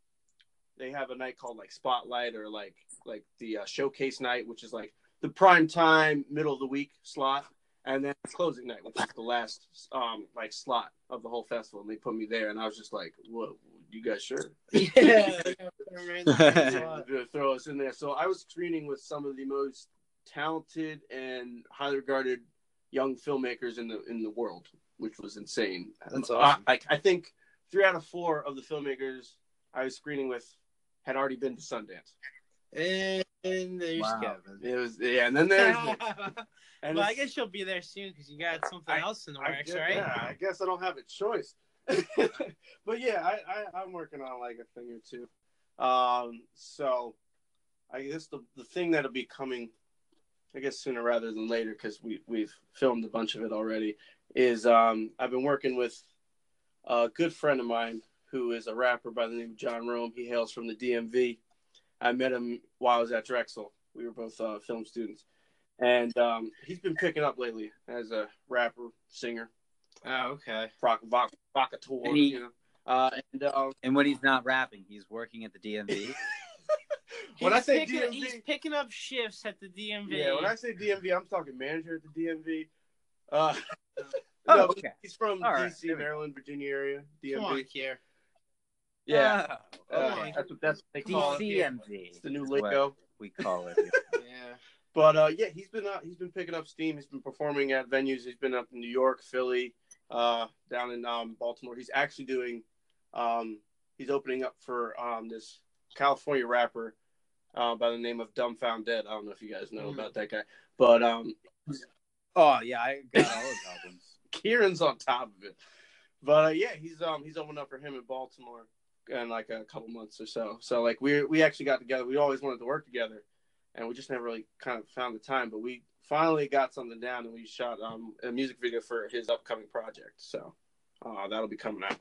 they have a night called like Spotlight or like like the uh, Showcase night, which is like the prime time middle of the week slot, and then closing night, which is the last um, like slot of the whole festival. And they put me there, and I was just like, "What? You guys sure?" yeah. I [laughs] remember [laughs] Yeah, that. they're gonna throw us in there. So I was screening with some of the most talented and highly regarded young filmmakers in the in the world, which was insane. That's Um, awesome. I, I, I think three out of four of the filmmakers I was screening with had already been to Sundance. And there's Wow. [laughs] Kevin. [laughs] It was yeah, and then there's me. and well, I it's- guess you'll be there soon because you got something I- else in the I works, guess- right? Yeah, I guess I don't have a choice. [laughs] but yeah, I, I, I'm working on like a thing or two. Um, so I guess the, the thing that'll be coming, I guess sooner rather than later, because we we've filmed a bunch of it already. Is um, I've been working with a good friend of mine who is a rapper by the name of John Rome. He hails from the DMV. I met him while I was at Drexel. We were both uh, film students, and um, he's been picking up lately as a rapper, singer, Oh, okay. proc- voc- vocateur, And he- you know. Uh, and um, And when he's not rapping, he's working at the DMV. he's when I say picking, he's DMV, picking up shifts at the DMV. yeah, when I say DMV, I'm talking manager at the DMV. Uh, [laughs] Oh, no, okay. he's from All right, DC, there we go. Maryland, Virginia area. Come on, DMV, here. yeah, [laughs] Oh, uh, come on. that's what that's what they call it. DCMV. It's the new is what lingo. we call it. Yeah. But uh, yeah, he's been uh, he's been picking up steam. He's been performing at venues. He's been up in New York, Philly, uh, down in um, Baltimore. He's actually doing um, he's opening up for um, this California rapper uh, by the name of Dumbfound Dead. I don't know if you guys know Mhm. about that guy, but um, oh yeah, I got all his albums. Kieran's on top of it. But uh, yeah, he's um he's opening up for him in Baltimore in like a couple months or so. So like we we actually got together. We always wanted to work together, and we just never really kind of found the time. But we finally got something down, and we shot um a music video for his upcoming project. So uh, that'll be coming out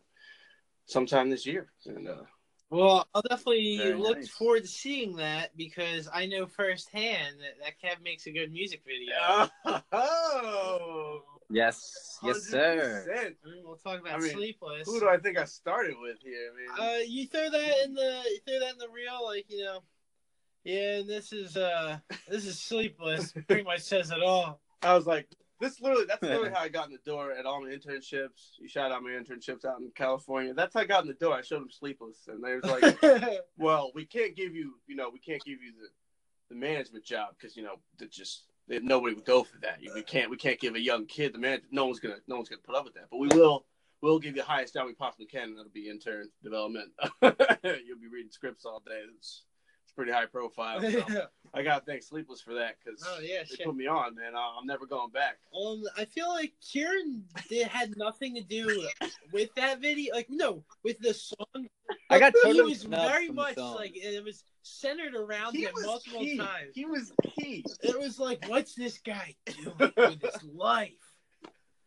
sometime this year. And uh, Well, I'll definitely Very look nice. forward to seeing that because I know firsthand that, that Kev makes a good music video. [laughs] oh, Yes, yes, sir. 100%. I mean, we'll talk about I mean, Sleepless. Who do I think I started with here? Man? uh, you throw that in the you throw that in the reel, like you know. Yeah, and this is uh this is [laughs] Sleepless. Pretty much says it all. I was like, this literally, that's literally how I got in the door at all my internships. You shout out my internships out in California. That's how I got in the door. I showed them Sleepless, and they was [laughs] like, well, we can't give you, you know, we can't give you the, the management job because you know that just that nobody would go for that. We can't, we can't give a young kid the man. No one's gonna, no one's gonna put up with that. But we will, we'll give you the highest job we possibly can, and that'll be intern development. [laughs] You'll be reading scripts all day. It's, it's pretty high profile. [laughs] So I gotta thank Sleepless for that because Oh, yeah, they shit. put me on, man. I- I'm never going back. Um, I feel like Kieran did, had nothing to do with that video. Like, no, with the song. I got [laughs] He totally was snubbed very from the much song. like it was centered around him multiple key. times. He was key. It was like, what's this guy [laughs] doing with his life?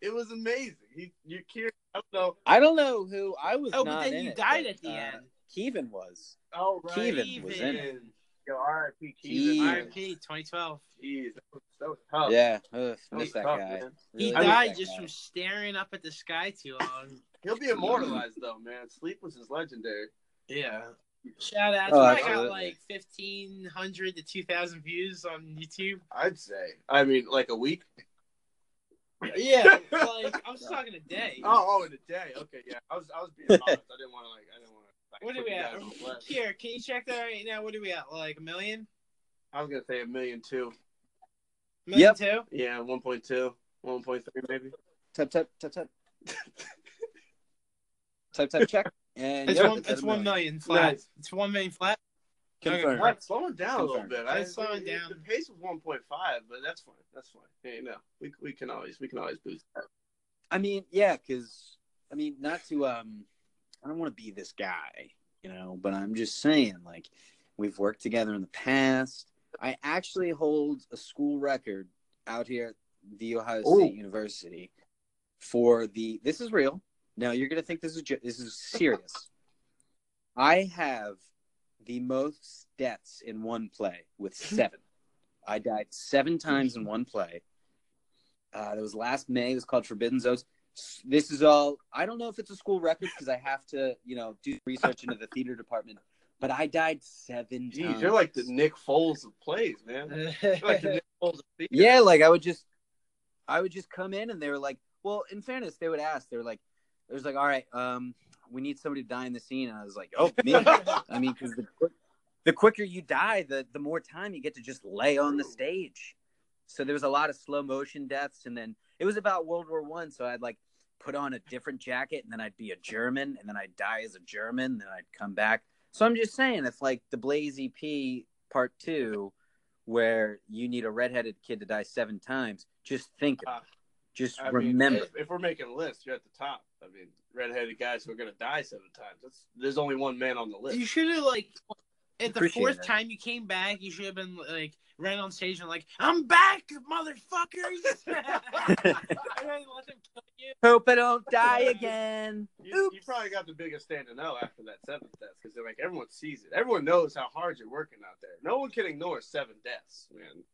It was amazing. He, you Kieran, I don't know. I don't know who I was. Oh, not but then in you it, died but, at the uh, end. Keevan was. Oh, right. Keevan was in it. Yo, R.I.P. Keevan. Keevan. RP 2012. Jeez, that was, that was Oh. tough. Yeah, ugh, That was miss that tough, guy. man. Really He miss died that just guy. from staring up at the sky too long. He'll be immortalized though, man. Sleepless is legendary. Yeah. Shout out. Oh, I got absolutely. like 1,500 to 2,000 views on YouTube. I'd say. I mean, like a week. Yeah, [laughs] like I'm just talking a day. Oh, oh, in a day. Okay, yeah. I was, I was being honest. I didn't want to like, I didn't want to. Like, What are put we you at? guys on blast. Here, can you check that right now? What are we at? Like a million? I was gonna say a million two. Million Yep. two? Yeah, 1.2, 1.3 maybe. Type, type, type, [laughs] type. type, type, check. And It's yep, one. at It's a one million. million flat. Nice. It's one million [laughs] flat. Confirmed. Well, it's slowing down a Confirmed. little bit. I, It's slowing down. The pace was 1.5, but that's fine. That's fine. Hey, no, we we can always we can always boost that. I mean, yeah, because I mean, not to um, I don't want to be this guy, you know, but I'm just saying, like, we've worked together in the past. I actually hold a school record out here at the Ohio State Ooh. University for the. This is real. Now you're gonna think this is ju- this is serious. I have the most deaths in one play with seven. I died seven times in one play. Uh, that was last May. It was called Forbidden Zones. S- This is all. I don't know if it's a school record because I have to, you know, do research into the theater department. But I died seven Jeez, times. you're like the Nick Foles of plays, man. You're like the [laughs] Nick Foles of theater. Yeah, like I would just, I would just come in and they were like, well, in fairness, they would ask. They were like, it was like, all right, um, we need somebody to die in the scene, and I was like, oh, me. I mean, because the quick, the quicker you die, the the more time you get to just lay on the stage. So there was a lot of slow motion deaths, and then it was about World War One. So I'd like put on a different jacket, and then I'd be a German, and then I'd die as a German, and then I'd come back. So I'm just saying, it's like the Blaze EP Part Two, where you need a redheaded kid to die seven times. Just think, of it. Ah, just I mean, remember. if, if we're making lists, you're at the top. I mean, redheaded guys who are gonna die seven times. That's there's only one man on the list. You should have like at the Appreciate fourth it. time you came back, you should have been like ran on stage and like, I'm back, motherfuckers. [laughs] [laughs] and then let them kill you. Hope I don't die again. You, you probably got the biggest stand to know after that seventh death because they're like everyone sees it. Everyone knows how hard you're working out there. No one can ignore seven deaths, man.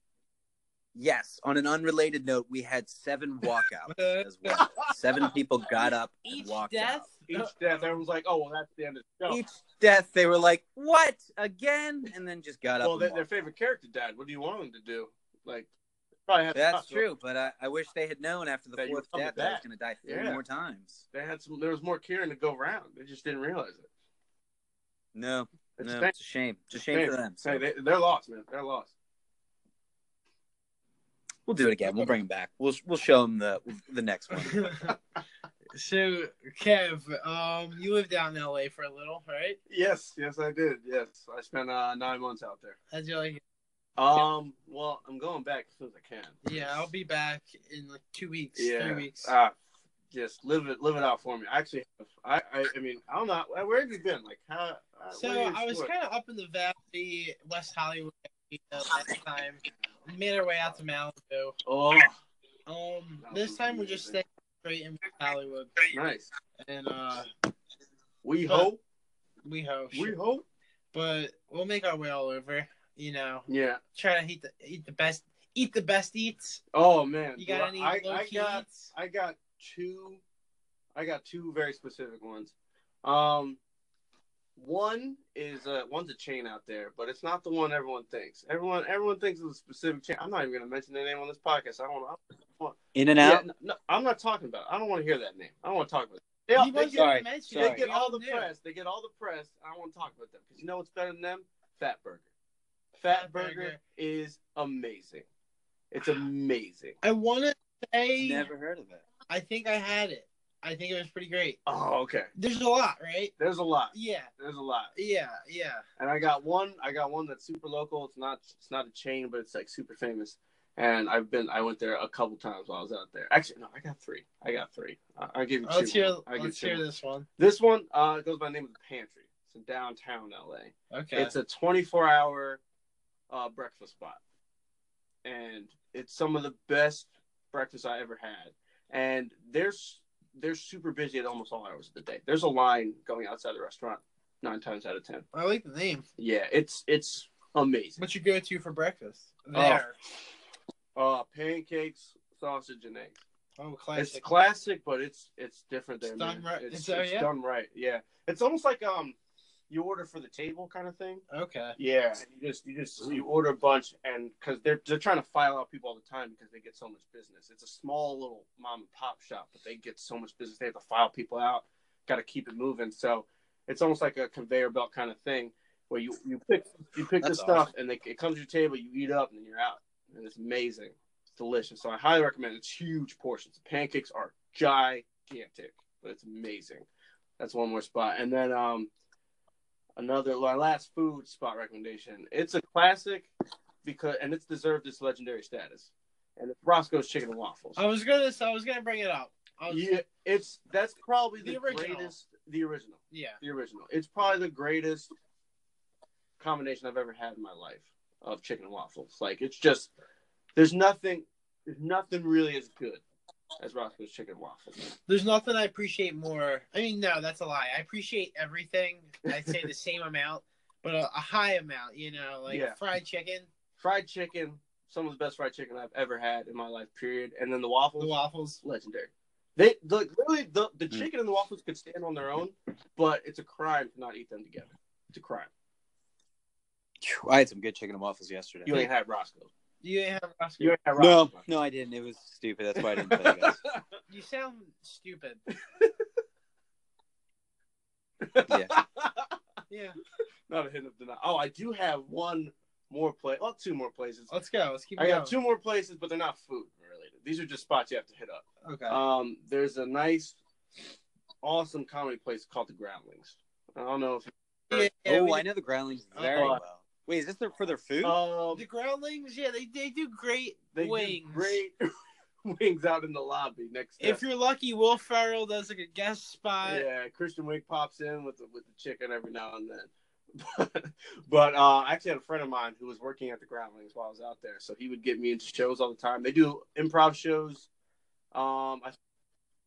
Yes. On an unrelated note, we had seven walkouts as well. Seven people got up Each and walked death Each death, everyone's like, "Oh, well, that's the end of the out. show." Each death, they were like, "What again?" and then just got up. well, and their, walked. their favorite character died. What do you want them to do? Like, probably had [laughs] That's true, but I, I wish they had known after the That you fourth were coming death that I was back. going to die three Yeah. more times. They had some. There was more Kieran to go around. They just didn't realize it. No, It's no, a shame. it's a shame. It's a shame for them. Hey, So they, they're lost, man. They're lost. we'll do it again. We'll bring them back. We'll we'll show them the the next one. [laughs] [laughs] so Kev, um, you lived down in LA for a little, right? Yes, yes, I did. Yes, I spent uh, nine months out there. How'd you like it? Um, well, I'm going back as soon as I can. Yeah, I'll be back in like two weeks, yeah. three weeks. Uh, just live it, live it out for me. I actually, have- I, I, I mean, I don't know. Where have you been? Like, how? uh, So where you I was explored? kind of up in the valley, West Hollywood you know, last time. We made our way out to Malibu. Oh, Um, this time we're just staying straight in West Hollywood, nice. and uh, We hope. we hope. We hope. But we'll make our way all over. You know, Yeah. try to eat the eat the best eat the best eats. Oh man. You got Do any I, low I key got. eats? I got two. I got two very specific ones. Um, one is uh, one's a chain out there, but it's not the one everyone thinks. Everyone, everyone thinks it's a specific chain. I'm not even going to mention their name on this podcast. I don't. In and Yeah, out. no, no, I'm not talking about. It. I don't want to hear that name. I don't want to talk about. It. They, You all, they, wasn't get, sorry, mentioned. they sorry. get We all the knew. press. They get all the press. I don't want to talk about them because you know what's better than them? Fat Burger. Fat Fatburger. Burger is amazing. It's amazing. I want to say Never heard of it. I think I had it. I think it was pretty great. Oh, okay. There's a lot, right? There's a lot. Yeah, There's a lot. yeah, yeah. and I got one. I got one that's super local. It's not. It's not a chain, but it's like super famous. And I've been. I went there a couple times while I was out there. Actually, no, I got three. I got three. I, I'll give you two. Let's hear. more. I'll give you Let's two hear more. this one. This one uh, goes by the name of the Pantry. It's in downtown LA. Okay. It's a 24 hour uh, breakfast spot. And it's some of the best breakfast I ever had. And they're, s- they're super busy at almost all hours of the day. There's a line going outside the restaurant nine times out of 10. I like the name. Yeah, it's it's amazing. What's your go-to for breakfast? Oh. There. Uh, pancakes, sausage, and eggs. Oh, It's classic. classic, but it's it's different there. It's done man. right- It's, it's- oh, it's yeah? done right. Yeah, it's almost like um, you order for the table kind of thing. okay. Yeah, and you just you just you order a bunch, and because they're they're trying to file out people all the time because they get so much business. It's a small little mom and pop shop, but they get so much business. They have to file people out, got to keep it moving. So it's almost like a conveyor belt kind of thing where you you pick you pick the That's stuff, and they, it comes to your table, you eat up, and then you're out, and it's amazing. It's delicious. So I highly recommend. it. It's huge portions. The pancakes are gigantic, but it's amazing. That's one more spot, and then um another my last food spot recommendation. It's a classic because and it's deserved its legendary status and it's Roscoe's Chicken and Waffles. I was gonna I was gonna bring it up. I was, yeah, it's that's probably the, oh, The original. greatest. The original, yeah. the original. It's probably the greatest combination I've ever had in my life of chicken and waffles. Like it's just there's nothing, there's nothing really as good as Roscoe's Chicken and Waffles. There's nothing I appreciate more. I mean, no, that's a lie. I appreciate everything. I'd [laughs] say the same amount, but a, a high amount. You know, like Yeah. fried chicken, Fried chicken, some of the best fried chicken I've ever had in my life. Period. And then the waffles, the waffles. legendary. They the, literally the, the chicken and the waffles could stand on their own, but it's a crime to not eat them together. It's a crime. Phew, I had some good chicken and waffles yesterday. You ain't had Roscoe's. You ain't have Roscoe. You ain't had no, Roscoe's. no, I didn't. It was stupid. That's why [laughs] I didn't tell you guys. You sound stupid. Yeah. Not a hint of denial. Oh, I do have one more place. Well, two more places. Let's go. Let's keep I going. got two more places, but they're not food related. These are just spots you have to hit up. Okay. Um, there's a nice, awesome comedy place called the Groundlings. I don't know if yeah, yeah, we oh, I did- know the groundlings very Uh, well. Wait, is this their, for their food? um, the groundlings. Yeah, they they do great they wings. do great [laughs] wings out in the lobby next. to- If you're lucky, Will Ferrell does like a guest spot. yeah, Christian Wig pops in with the, with the chicken every now and then. [laughs] But, but uh, I actually had a friend of mine who was working at the Groundlings while I was out there, so he would get me into shows all the time. They do improv shows, um, I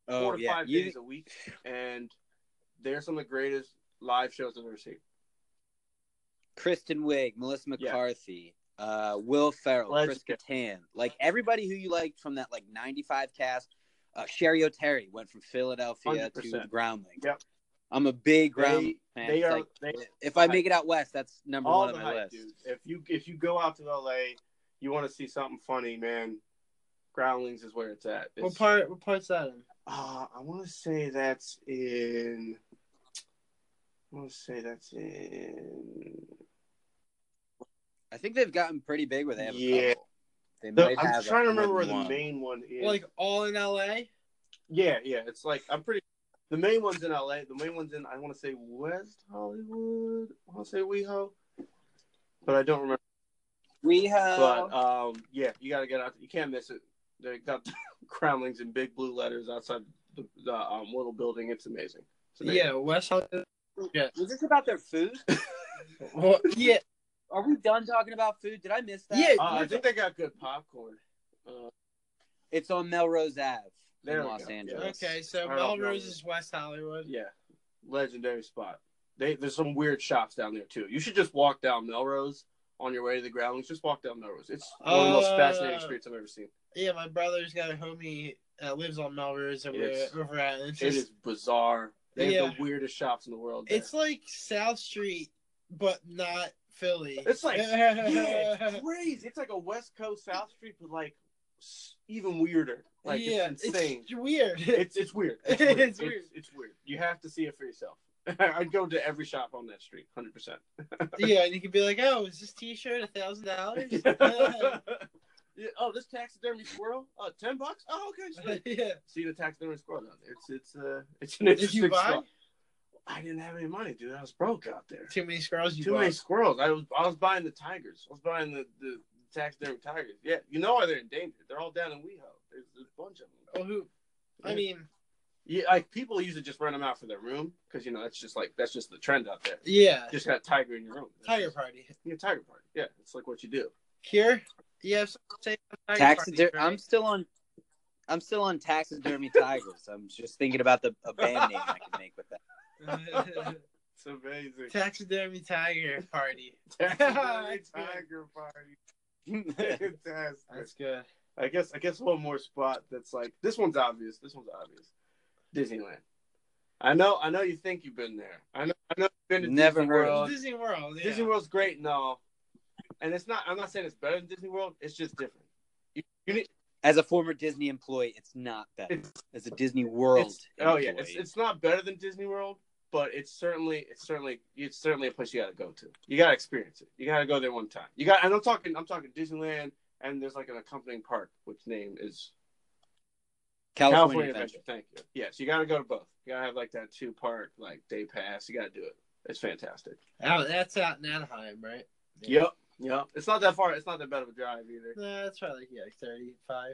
oh four to yeah, five You- days a week, and they're some of the greatest live shows I've ever seen. Kristen Wiig, Melissa Yeah. McCarthy, uh, Will Ferrell, Let's Chris Kattan, like everybody who you liked from that like '95 cast. Uh, Sherry O'Terry went from Philadelphia to the 100%. Groundlings. Yep. I'm a big They, Groundlings fan. they It's are like, they, if I make it out west, that's number all one the on my hype, list. dude. If you if you go out to LA, you want to see something funny, man. Groundlings is where it's at. What It's- part? What part's that in? Uh, I want to say that's in. I want to say that's in. I think they've gotten pretty big where they have. A Yeah. couple. They The- might I'm have trying to more remember where than the one. main one is. Like all in L.A. yeah, yeah, it's like I'm pretty. The main one's in LA. The main one's in I want to say West Hollywood. I want to say WeHo, but I don't remember. We have. But Oh, um, yeah, you got to get out. You can't miss it. They got [laughs] the Crownlings in big blue letters outside the, the um, little building. It's amazing. It's amazing. Yeah, West Hollywood. was this about their food? [laughs] Well, yeah, Are we done talking about food? Did I miss that? Yeah. Uh, I think they got good popcorn. It's on Melrose Ave There in we Los go. Angeles. Okay, so I don't Melrose know. is West Hollywood. Yeah, legendary spot. They there's some weird shops down there too. You should just walk down Melrose on your way to the groundlings. Just walk down Melrose. It's one of the most Uh, fascinating streets I've ever seen. Yeah, my brother's got a homie that lives on Melrose over, It's- over at. It's, It just, is bizarre. They have Yeah. the weirdest shops in the world. there. it's like South Street, but not Philly. [laughs] It's like yeah, [laughs] it's crazy. It's like a West Coast South Street, but like s- even weirder. Like yeah, it's insane. It's [laughs] weird. It's it's weird. It's weird. It's it's, weird. It's, weird. You have to see it for yourself. [laughs] I'd go to every shop on that street, hundred percent. yeah, and you could be like, "Oh, is this T-shirt a thousand [laughs] dollars?" [laughs] yeah, oh, this taxidermy squirrel, uh, ten bucks. Oh, okay. [laughs] sweet. Yeah, See the taxidermy squirrel. down there. It's it's uh it's an interesting. you buy? spot. I didn't have any money, dude. I was broke out there. too many squirrels. You Too bought. many squirrels. I was I was buying the tigers. I was buying the the taxidermy tigers. Yeah, you know why they're endangered? They're all down in WeHo. There's, there's a bunch of them. Well, Oh, who? I mean, Yeah, like people usually just rent them out for their room because you know that's just like that's just the trend out there. yeah, Just got a tiger in your room. tiger party. Yeah, tiger party. Yeah, it's like what you do. Here, you have something to say about tiger Taxider- parties, I'm right? still on. I'm still on taxidermy tigers. I'm just thinking about the a band name I could make with that. It's amazing. [laughs] Taxidermy tiger party. [laughs] Taxidermy That's good. tiger party. [laughs] Fantastic. That's good. I guess I guess one more spot that's like this one's obvious. This one's obvious. Disneyland. I know I know you think you've been there. I know I know you've been to Never Disney heard of World. Disney World. Yeah. Disney World's great and all. And it's not I'm not saying it's better than Disney World, it's just different. You, you need As a former Disney employee, it's not better. it's, As a Disney World. it's oh yeah, employee. it's, it's not better than Disney World, but it's certainly it's certainly it's certainly a place you gotta go to. You gotta experience it. You gotta go there one time. You got and I'm talking I'm talking Disneyland and there's like an accompanying park which name is California, California Adventure. Adventure. Thank you. Yes, you got to go to both. You got to have like that two part like day pass. You got to do it. It's fantastic. Oh, that's out in Anaheim, right? Yep. Yeah, it's not that far. It's not that bad of a drive [laughs] either. Nah, that's probably like, yeah, like 35,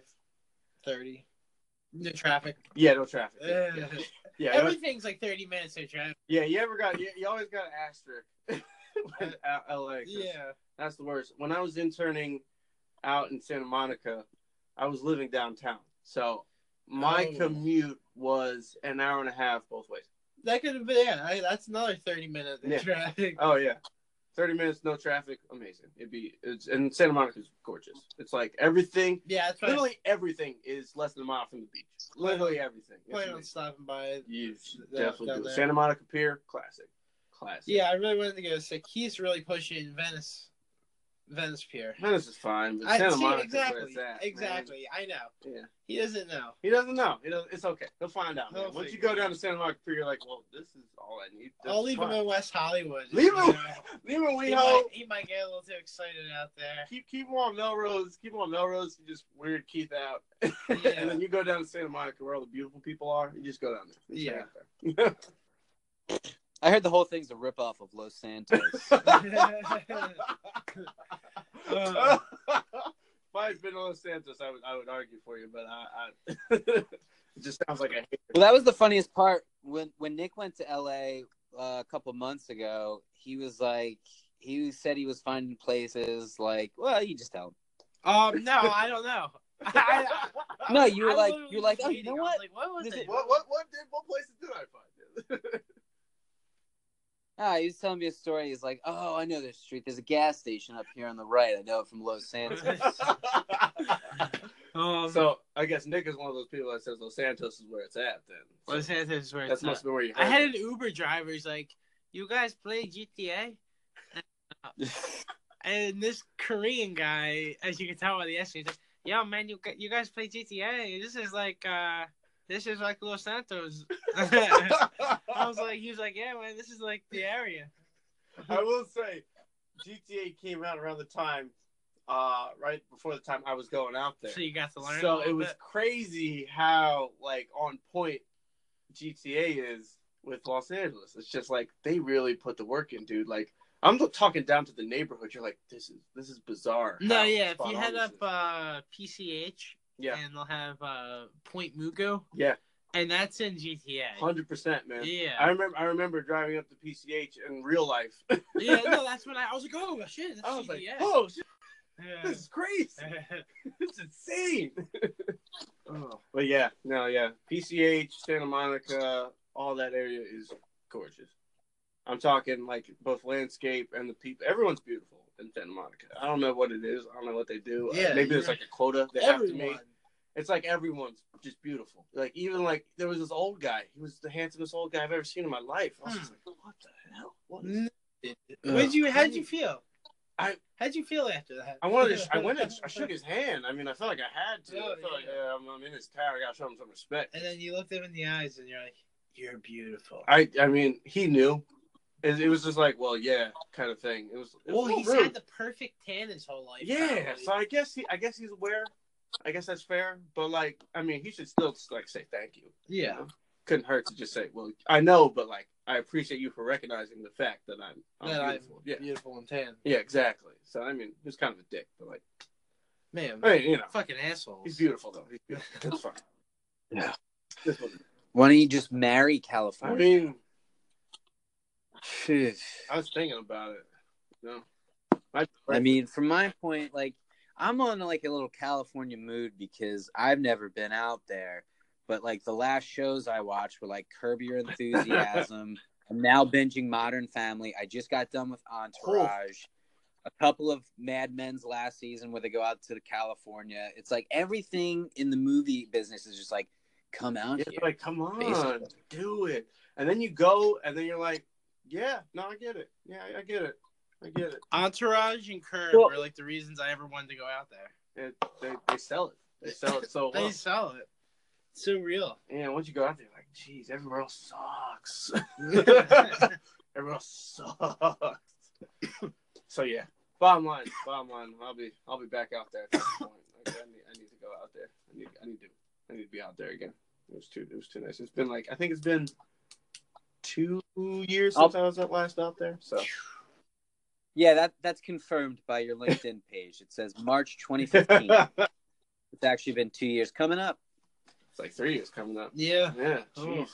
30. No traffic. Yeah, no traffic. Yeah, Ugh. yeah. yeah, no- Everything's like 30 minutes of traffic. yeah, you ever got? You, you always got an asterisk. [laughs] with L- LA. 'cause Yeah. that's the worst. When I was interning out in Santa Monica, I was living downtown, so my Oh. commute was an hour and a half both ways. That could have been, yeah, I, that's another 30 minute Yeah. traffic. [laughs] Oh yeah, thirty minutes, no traffic, amazing. It'd be it's and Santa Monica's gorgeous. It's like everything, Yeah, that's probably literally everything is less than a mile from the beach. Literally everything. It's plan on amazing. stopping by. You should Yeah, down definitely do it. there. Santa Monica Pier, classic, classic. Yeah, I really wanted to go sick. He's really pushing Venice, Venice Pier. Venice is fine, but I- Santa see, Monica's exactly, where it's at, man. exactly. I know. Yeah. He doesn't know. He doesn't know. He doesn't, it's okay. He'll find out. man. He'll Once you figure go down to Santa Monica Pier, you're like, well, this is all I need. This I'll is leave fine. him in West Hollywood. Leave him. [laughs] Yeah. Leave him in He Weho. might, he might get a little too excited out [laughs] there. [laughs] Keep keep him on Melrose. Keep him on Melrose. You just weird Keith out, [laughs] Yeah. and then you go down to Santa Monica where all the beautiful people are. You just go down there. Just hang Yeah. out there. I heard the whole thing's a ripoff of Los [laughs] Santos. Uh. [laughs] if I had been Los Santos, I would I would argue for you, but I, [laughs] I it just sounds [laughs] like a Well, that was the funniest part when when Nick went to LA uh, a couple months ago. He was like, he said he was finding places like, well, you just tell him. um, no, I don't know. I, I- No, you were I like- literally you were like, was oh, you know waiting. I was what? Like, what was This it? is- [laughs] what what what did what places did I find? [laughs] Ah, he was telling me a story. He's like, oh, I know this street. There's a gas station up here on the right. I know it from Los Santos. [laughs] [laughs] Um, so I guess Nick is one of those people that says Los Santos is where it's at. Then So Los Santos is where that it's must at. be where you. I heard had it. an Uber driver. He's like, "You guys play GTA?" And this Korean guy, as you can tell by the accent, he's like, "Yo, man, you gu- you guys play GTA? This is like, uh, this is like Los Santos." [laughs] I was like, he was like, "Yeah, man, this is like the area." [laughs] I will say, GTA came out around the time, uh, right before the time I was going out there. So you got to learn. a So little it was bit. crazy how like on point GTA is with Los Angeles. It's just like they really put the work in, dude. Like I'm not talking down to the neighborhood. You're like, this is this is bizarre. No, how yeah. If spot you on head this up is. uh, PCH, yeah, and they'll have uh, Point Mugo, yeah, and that's in GTA. hundred percent, man. Yeah. I remember I remember driving up to PCH in real life. [laughs] yeah, no, that's when I, I was like, oh shit, that's I was like, GTA. oh, shit, Yeah. [laughs] this is crazy. It's insane. [laughs] oh, but yeah, no, yeah. PCH, Santa Monica, all that area is gorgeous. I'm talking like both landscape and the people. Everyone's beautiful in Santa Monica. I don't know what it is. I don't know what they do. Uh, Yeah, maybe there's you're- like a quota they have to Everyone. meet. It's like everyone's just beautiful. Like even like there was this old guy. He was the handsomest old guy I've ever seen in my life. I was just like, what the hell? What Mm. is Where'd you? How'd you feel? I- how'd you feel after that? I wanted to. [laughs] Sh- I went. And sh- I shook his hand. I mean, I felt like I had to. Yeah, I felt like Oh, yeah. yeah, I'm, I'm in his town. I gotta show him some respect. And then you looked him in the eyes, and you're like, "You're beautiful." I. I mean, he knew. It, it was just like, well, yeah, kind of thing. It was. It well, was he's rude. had the perfect tan his whole life. yeah. probably. So I guess he. I guess he's aware. I guess that's fair. But like, I mean, he should still just, like say thank you. yeah. Couldn't hurt to just say, well, I know, but like, I appreciate you for recognizing the fact that I'm. I'm That I'm beautiful. yeah. beautiful and tan. Yeah. Exactly. So I mean, he was kind of a dick, but like, Man, I mean, you know, fucking assholes. he's beautiful though. He's beautiful. [laughs] That's fine. Yeah. That's what- [laughs] Why don't you just marry I California? mean. Phew. I was thinking about it. No. I mean, from my point, like I'm on like a little California mood because I've never been out there, but like the last shows I watched were like Curb Your Enthusiasm. I'm now binging Modern Family. I just got done with Entourage. A couple of Mad Men's last season where they go out to California. It's like everything in the movie business is just like, come out It's here. like, come on, Basically. do it. And then you go, and then you're like, yeah, no, I get it. Yeah, I- I get it. I get it. Entourage and Curb Well- are like the reasons I ever wanted to go out there. it they, they sell it. They sell it so [laughs] They well. sell it. It's so real. And once you go out there, you're like, geez, everywhere else sucks. everywhere else sucks. so yeah. Bottom line, bottom line, I'll be I'll be back out there at some point. Like, I, need, I need to go out there. I need I need to I need to be out there again. It was too it was too nice. It's been like I think it's been two years since i was at last out there. So Yeah, that that's confirmed by your LinkedIn page. It says March [laughs] 2015. it's it's actually been two years coming up. like three years coming up. Yeah. [laughs] Yeah. Oh. jeez.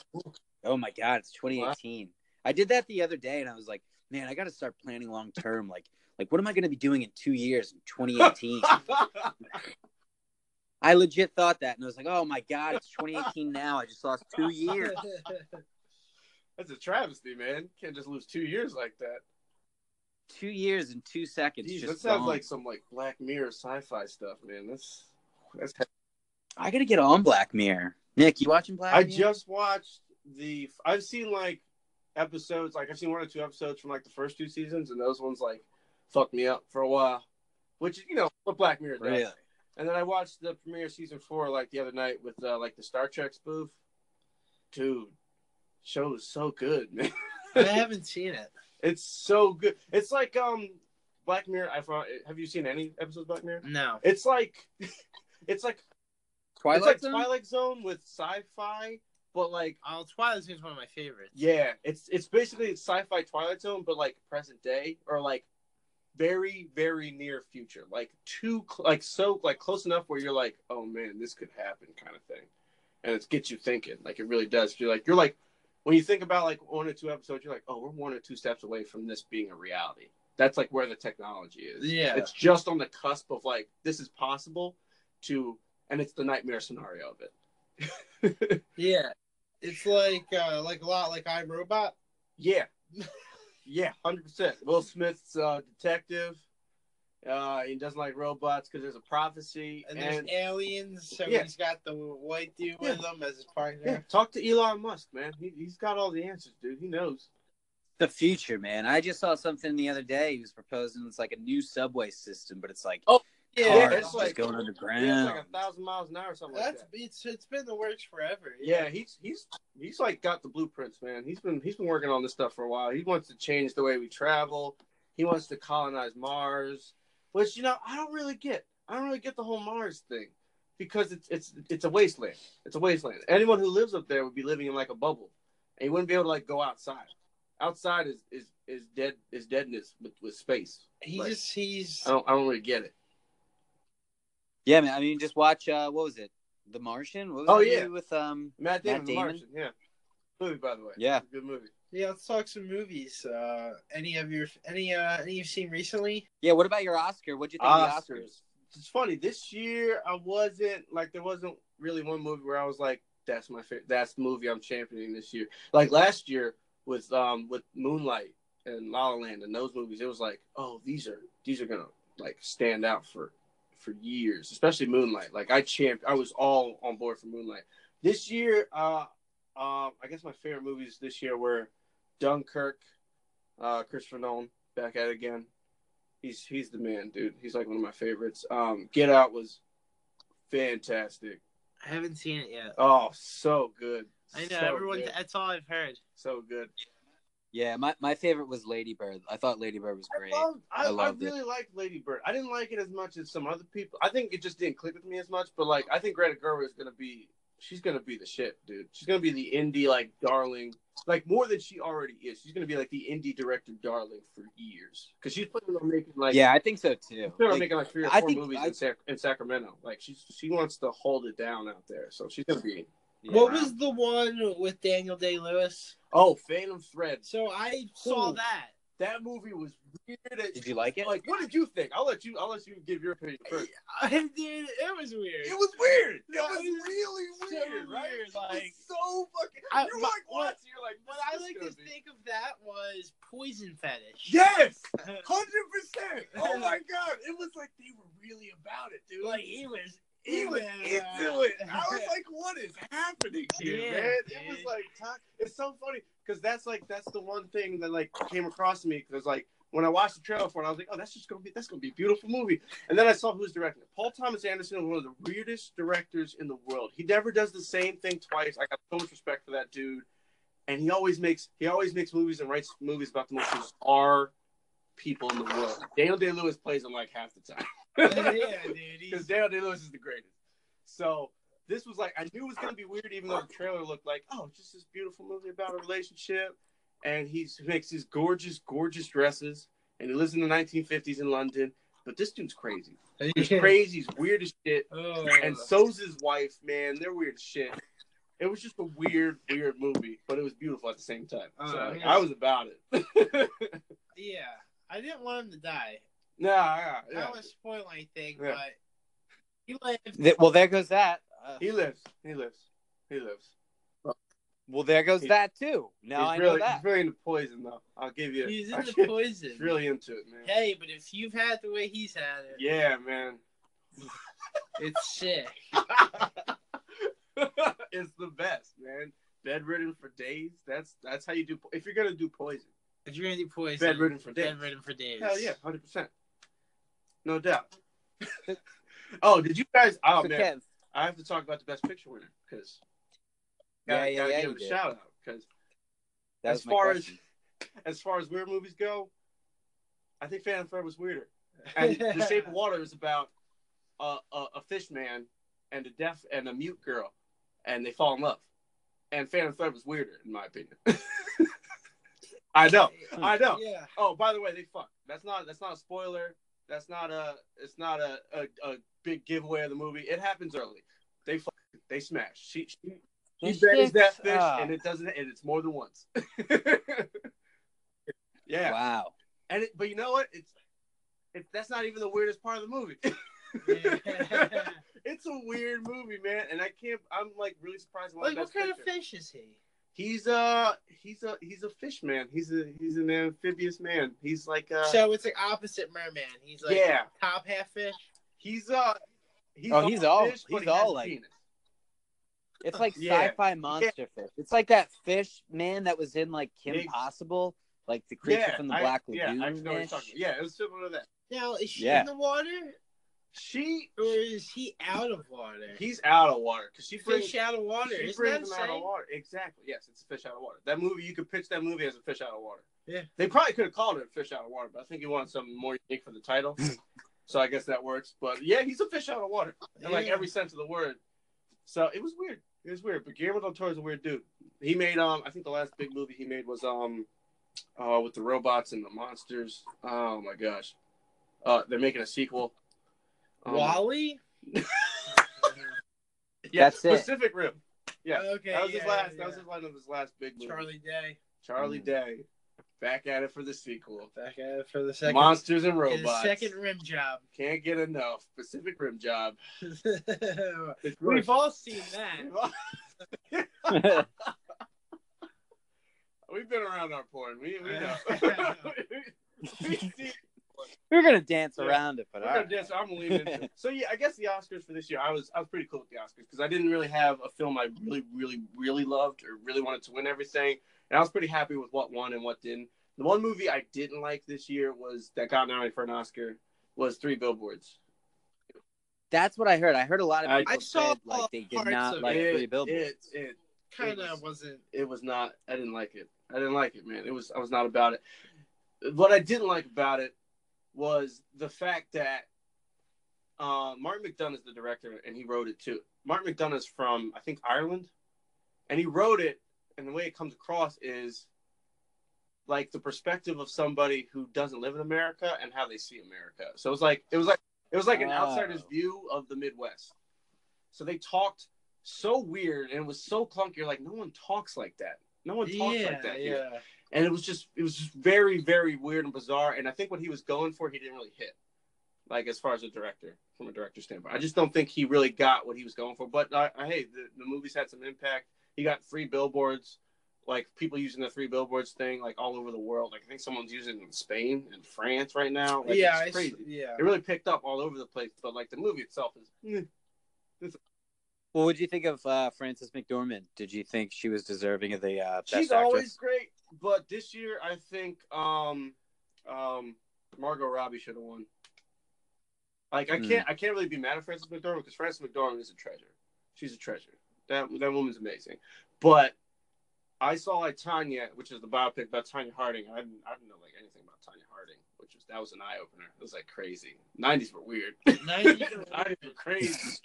Oh my god, it's 2018. I did that the other day, and I was like, man, I got to start planning long term. Like, like what am I going to be doing in two years in [laughs] 2018? I legit thought that, and I was like, oh my god, it's 2018 now. I just lost two years. That's a travesty, man. Can't just lose two years like that. Two years and two seconds. Jeez, just that sounds gone. like some like Black Mirror sci-fi stuff, man. That's that's. I got to get on Black Mirror. Nick, you watching Black I Mirror? just watched the. I've seen like episodes, like I've seen one or two episodes from like the first two seasons, and those ones like fucked me up for a while, which you know what Black Mirror does. really. And then I watched the premiere of season four like the other night with uh, like the Star Trek spoof. Dude, show is so good, [laughs] man. I haven't seen it. It's so good. It's like um Black Mirror. I found. Have you seen any episodes of Black Mirror? No. It's like, [laughs] it's like Twilight it's like Zone? Twilight Zone with sci-fi, but like Oh, Twilight Zone's one of my favorites. yeah, it's it's basically sci-fi Twilight Zone, but like present day or like very very near future, like too cl- like so like close enough where you're like, oh man, this could happen kind of thing, and it gets you thinking. Like it really does. You're like you're like when you think about like one or two episodes, you're like, oh, we're one or two steps away from this being a reality. That's like where the technology is. Yeah. it's just on the cusp of like this is possible to, and it's the nightmare scenario of it. [laughs] Yeah. It's like uh like a lot like I Robot. Yeah. [laughs] yeah, 100%. Will Smith's uh, detective. Uh, he doesn't like robots because there's a prophecy. And there's And, aliens, so Yeah. he's got the white dude with him as his partner. yeah, talk to Elon Musk, man. He, he's got all the answers, dude. He knows. The future, man. I just saw something the other day. He was proposing it's like a new subway system, but it's like Oh, cars yeah, it's just like- going Yeah, underground. it's like a thousand miles an hour or something That's like that. it's it's been in the works forever. Yeah, he's he's he's like got the blueprints, man. He's been he's been working on this stuff for a while. He wants to change the way we travel. He wants to colonize Mars, which you know I don't really get. I don't really get the whole Mars thing because it's it's it's a wasteland. It's a wasteland. Anyone who lives up there would be living in like a bubble, and you wouldn't be able to like go outside. Outside is is is dead is deadness with, with space. He Like, um, just he's I don't I don't really get it. Yeah, man. I mean, just watch. Uh, what was it? The Martian. What was Oh, that yeah. movie with um. Matt Damon, Matt The Damon? Martian, yeah, movie by the way, Yeah. good movie. yeah, let's talk some movies. Uh any of your any uh any you've seen recently? Yeah. What about your Oscar? What'd you think of the Oscars? Oscars. It's funny. This year, I wasn't like there wasn't really one movie where I was like, "That's my favorite. That's the movie I'm championing this year." Like last year with um with Moonlight and La La Land and those movies, it was like, "Oh, these are these are gonna like stand out for for years." Especially Moonlight. Like I champ, I was all on board for Moonlight. This year, uh, um, I guess my favorite movies this year were Dunkirk, uh, Christopher Nolan back at it again. He's he's the man, dude. He's like one of my favorites. Um, Get Out was fantastic. I haven't seen it yet. Oh, so good. I know So everyone good. that's all I've heard. so good. Yeah, my, my favorite was Lady Bird. I thought Lady Bird was great. I love. I, I I, loved it. really liked Lady Bird. I didn't like it as much as some other people. I think it just didn't click with me as much. But like, I think Greta Gerwig is gonna be. She's gonna be the shit, dude. She's gonna be the indie like darling, like more than she already is. She's gonna be like the indie director darling for years because she's planning on making like yeah, I think so too. She's been Like, making like three or I four think movies I- in, Sac- in Sacramento. Like she she wants to hold it down out there, so she's gonna be. yeah. What was the one with Daniel Day Lewis? Oh, Phantom Threads. So I saw Ooh. that. [laughs] That movie was weird. as- Did you like it? Like, what did you think? I'll let you. I'll let you give your opinion first. Dude, it was weird. It was weird. It Yeah, was it was really so weird, right? weird, It was like- so fucking. I- you're my- like what- watching. You're like, What what's I this like gonna to be? think of that was poison fetish. Yes, hundred percent. Oh my god, it was like they were really about it, [laughs] dude. like he was, He was into it. I was like, "What is happening here, Yeah, man?" It was dude. like, talk- it's so funny because that's like that's the one thing that like came across to me because like when I watched the trailer for it, I was like, "Oh, that's just gonna be that's gonna be a beautiful movie." And then I saw who's directing it. Paul Thomas Anderson is one of the weirdest directors in the world. He never does the same thing twice. I got so much respect for that dude, and he always makes he always makes movies and writes movies about the most bizarre people in the world. Daniel Day Lewis plays him like half the time. yeah, dude. He's, because Daniel Day Lewis is the greatest. So this was like I knew it was gonna be weird, even though the trailer looked like oh, it's just this beautiful movie about a relationship, and he's, he makes these gorgeous, gorgeous dresses, and he lives in the 1950s in London. But this dude's crazy. He's Yeah. crazy. He's weird as shit. Oh. And so's his wife, man. They're weird as shit. It was just a weird, weird movie, but it was beautiful at the same time. Oh, so, like, yes. I was about it. [laughs] yeah, I didn't want him to die. nah, yeah, I yeah. don't want to spoil anything, Yeah. but he lived. Th- well, there goes that. Uh, he lives. He lives. He lives. well, there goes He- that too. Now he's I really, know that. He's really into poison, though. I'll give you. He's [laughs] in I'll the give- poison. He's really into it, man. Hey, but if you've had the way he's had it, Yeah, man. [laughs] it's sick. it's the best, man. Bedridden for days. That's that's how you do. If you're gonna do poison, If you're gonna do poison, bedridden for days. bedridden for days. Hell yeah, hundred percent, no doubt. [laughs] oh, did you guys? Oh so man, Kev, I have to talk about the best picture winner because Yeah, yeah, yeah, give you it a did. shout out because that as was my far as question. as far as weird movies go, I think Phantom Thread [laughs] was weirder. And The Shape of Water is about a, a, a fish man and a deaf and a mute girl, and they fall in love. And Phantom Thread was weirder, in my opinion. [laughs] I know, I know. [laughs] Yeah. Oh, by the way, they fuck. That's not that's not a spoiler. That's not a it's not a, a, a big giveaway of the movie. It happens early. They fuck. They smash. She she, she This bangs that shit's fish, uh, up. and it doesn't. And it's more than once. [laughs] yeah, Wow. and it, but you know what? It's it, that's not even the weirdest part of the movie. [laughs] it's a weird movie, man, and I can't. I'm like really surprised. [laughs] About like, the what best kind of picture. fish is he? He's a he's a he's a fish man. He's a he's an amphibious man. He's like uh so it's like opposite merman. He's like yeah. top half fish. He's uh he's Oh, he's all- fish, but he's he has all a like- penis. It's like Yeah. sci-fi monster fish. It's like that fish man that was in like Kim Big- Possible, like the creature yeah, from the I- Black yeah, I Lagoon. know what you're talking about. Yeah, it was similar to that. Now is she Yeah. in the water She or is he out of water? he's out of water because she brings fish out of water. She Isn't that brings them out insane? of water. Exactly. Yes, it's a fish out of water. That movie, you could pitch that movie as a fish out of water. Yeah. They probably could have called it fish out of water, but I think he wanted something more unique for the [laughs] title. so I guess that works. But yeah, he's a fish out of water in like Yeah. every sense of the word. So it was weird. It was weird. But Guillermo del Toro's a weird dude. He made um I think the last big movie he made was um uh with the robots and the monsters. Oh my gosh. Uh they're making a sequel. Um, Wally. yeah, That's it. Pacific Rim. Yeah. Okay. That was his yeah, last. yeah. That was his line of his last big movie. Charlie, Charlie Day. Mm. Day, back at it for the sequel. Back at it for the second. Monsters and his robots. second rim job. [laughs] Can't get enough. Pacific Rim job. It's We've all seen that. [laughs] yeah. We've been around our porn. We we know. [laughs] we see, We're gonna dance Yeah. around it, but we're all gonna right. dance, I'm leaning. [laughs] into it. So yeah, I guess the Oscars for this year, I was I was pretty cool with the Oscars because I didn't really have a film I really really really loved or really wanted to win everything, and I was pretty happy with what won and what didn't. The one movie I didn't like this year was that got nominated for an Oscar was Three Billboards. That's what I heard. I heard a lot of I- people I saw said like they did parts not of like it, Three Billboards. It, it, Kind It of was- wasn't. it was not. I didn't like it. I didn't like it, man. It was. I was not about it. What I didn't like about it was the fact that uh, Martin McDonough is the director, and he wrote it too. Martin McDonough's from I think Ireland, and he wrote it, and the way it comes across is like the perspective of somebody who doesn't live in America and how they see America. So it was like it was like it was like an Oh. outsider's view of the Midwest. So they talked so weird and it was so clunky. You're like, no one talks like that. No one talks Yeah, like that. here yeah. and it was just it was just very very weird and bizarre and i think what he was going for he didn't really hit like as far as a director from a director standpoint i just don't think he really got what he was going for but uh, I I- hey the, the movies had some impact he got three billboards like people using the three billboards thing like all over the world like i think someone's using it in spain and france right now like, yeah, it's I, crazy. s- [laughs] yeah. it really picked up all over the place but like the movie itself is eh. Well, what did you think of uh, Frances McDormand? Did you think she was deserving of the uh, best she's actress? always great but this year i think um um margot robbie should have won like i Hmm. can't i can't really be mad at frances mcdormand because frances mcdormand is a treasure she's a treasure that that woman's amazing but i saw like tanya which is the biopic about tanya harding i didn't i didn't know like anything about tanya harding which was that was an eye-opener it was like crazy 90s were weird [laughs] 90s were I am crazy. [laughs]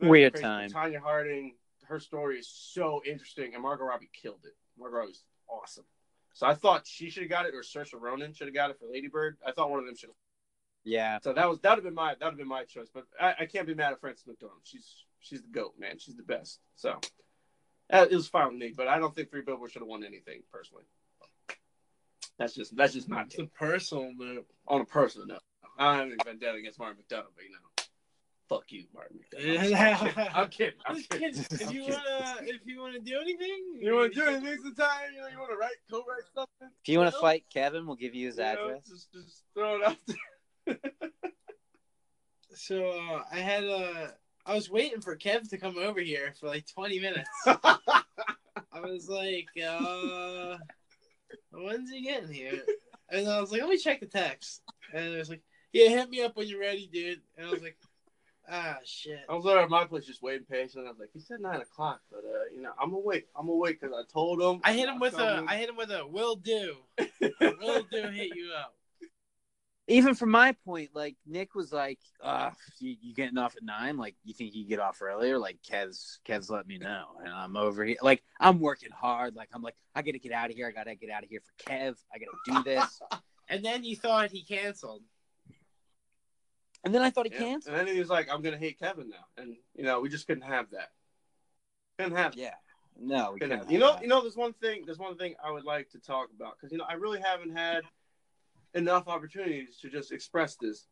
Weird Crazy. time. Tanya Harding, her story is so interesting, and Margot Robbie killed it. Margot Robbie's awesome. So I thought she should have got it, or Saoirse Ronan should have got it for Lady Bird. I thought one of them should. Yeah. So that was that would have been my that would have been my choice. But I, I can't be mad at Frances McDormand. She's she's the goat, man. She's the best. So uh, it was fine with me. But I don't think Three Billboards should have won anything personally. That's just that's just my It's a take personal move. on a personal note. I don't have any vendetta against Martin McDonough, but you know, fuck you, Martin McDonough. I'm kidding. I'm Just kidding. [laughs] kidding. If you wanna, if you wanna do anything, You want to do anything sometime? You know, you want to write, co-write something. If you want to know? fight Kevin, we'll give you his You know, address. just, just throw it out there. So uh, I had a. I was waiting for Kev to come over here for like 20 [laughs] minutes. I was like, uh, when's he getting here? And I was like, let me check the text. And it was like, yeah, hit me up when you're ready, dude. And I was like, ah, shit. I was over at my place just waiting patiently. I was like, he said nine o'clock, but uh, you know, I'm gonna wait. I'm gonna wait because I told him. I hit him with told a, [laughs] I hit him with a, will do, will do, hit you up. Even from my point, like Nick was like, uh, you, you getting off at nine? Like, you think you get off earlier? Like, Kev's, Kev's let me know. And I'm over here. Like, I'm working hard. Like, I'm like, I got to get out of here. I got to get out of here for Kev. I got to do [laughs] this. And then you thought he canceled. and then I thought he Yeah. canceled. And then he was like, I'm gonna hate Kevin now, and you know, we just couldn't have that. Couldn't have. Yeah. No. we Good couldn't night. have You know, that. you know, there's one thing, there's one thing I would like to talk about because you know I really haven't had enough opportunities to just express this,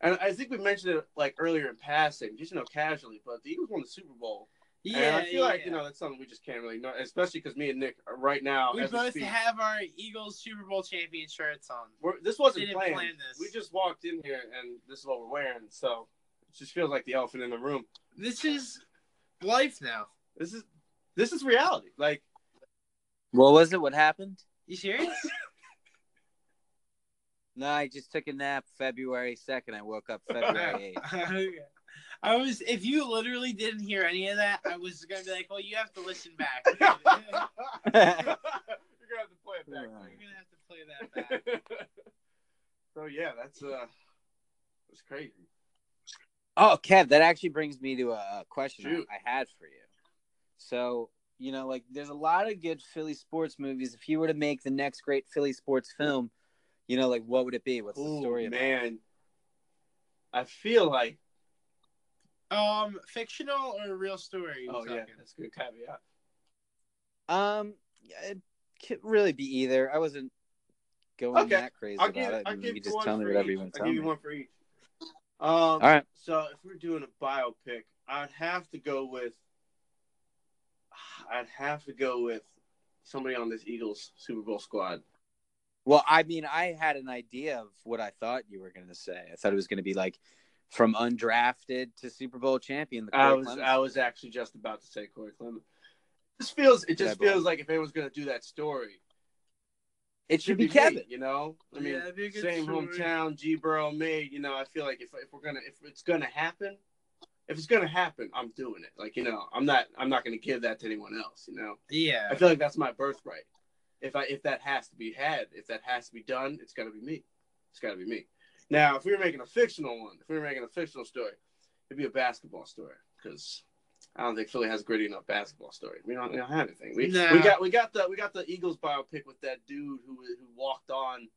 and I think we mentioned it like earlier in passing, just you know, casually. But the Eagles won the Super Bowl, Yeah, and I yeah, feel like yeah. you know that's something we just can't really know, especially because me and Nick are right now. we as both speak, have our Eagles Super Bowl champion shirts on. we're, this We wasn't didn't planned. plan this. We just walked in here, and this is what we're wearing. So it just feels like the elephant in the room. This is life now. This is this is reality. [laughs] Like [laughs] what was it? What happened? You serious? No, I just took a nap February 2nd. I woke [laughs] up February 8th. I was. If you literally didn't hear any of that, I was gonna be like, "Well, you have to listen back. you're You're gonna gonna have to play it back. Right. have to play that back." [laughs] so yeah, that's uh, that's crazy. Oh, Kev, that actually brings me to a a question Shoot. I had for you. So, you know, like there's a lot of good Philly sports movies. If you were to make the next great Philly sports film, you know, like what would it be? What's the story about? man, I feel like Um, fictional or real story? oh yeah, Tucker? that's a good caveat. Um, yeah, it could really be either. I wasn't going Okay. that crazy I'll about give it. I'll You give can you just one tell me for whatever each. you want to I'll tell give me. you one for each. Um, All right. So if we're doing a biopic, I'd have to go with. I'd have to go with somebody on this Eagles Super Bowl squad. Well, I mean, I had an idea of what I thought you were going to say. I thought it was going to be like from undrafted to Super Bowl champion. The I Corey was Clemens. I was actually just about to say Corey Clement. This feels it Did I just blow feels like if anyone's gonna do that story, it should be me, Kevin. you know, I mean, Yeah, that'd be a good same story. hometown, G. Burrow, me. You know, I feel like if if we're gonna if it's gonna happen, if it's gonna happen, I'm doing it. Like you know, I'm not I'm not gonna give that to anyone else. You know, I Yeah. feel like that's my birthright. If I if that has to be had, if that has to be done, it's gotta be me. It's gotta be me. Now, if we were making a fictional one, if we were making a fictional story, it'd be a basketball story because I don't think Philly has a gritty enough basketball story. We don't, we don't have anything. We, No. we got we got the we got the Eagles biopic with that dude who who walked on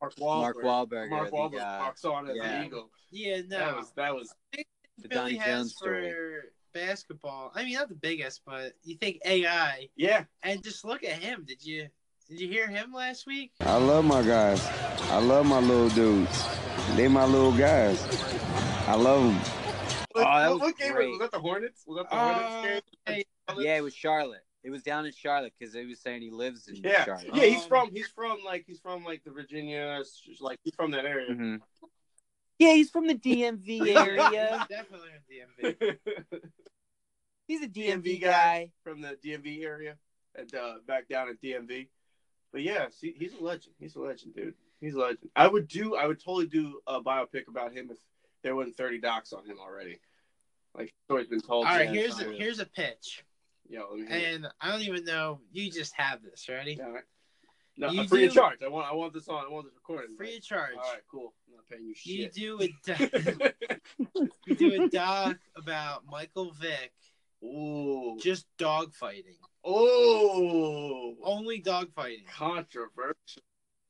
Mark Wahlberg. Mark Wahlberg. Mark the, Wahlberg uh, walks on as yeah. an Eagle. Yeah. No. That was that was the Philly Donny has Jones for story. basketball. I mean, not the biggest, but you think AI yeah. and just look at him. Did you did you hear him last week? I love my guys. I love my little dudes. They my little guys. I love them. Oh, that was what game great. was that? The Hornets? Was that the Uh, Hornets game? Yeah, it was Charlotte. It was down in Charlotte because he was saying he lives in Yeah, Charlotte. yeah. He's Um, from he's from like he's from like the Virginia, it's just, like he's from that area. [laughs] Mhm. Yeah, he's from the DMV area. Definitely a DMV. he's a DMV DMV guy. guy. from the DMV area and uh, back down at DMV. But yeah, see, he's a legend. He's a legend, dude. He's a legend. I would do. I would totally do a biopic about him if there wasn't thirty docs on him already. Like story's been told. All right, Yeah, here's a, sorry. here's a pitch, Yo, let me hear it. and I don't even know. You just have this ready, Yeah, all right. No, You free of do- charge. I want. I want this on. I want this recorded. free of Like, charge. All right, cool. I'm not paying you You shit. [laughs] [laughs] do a doc, you do a doc about Michael Vick Ooh. Just dog fighting. Oh. Only dog fighting. Controversial.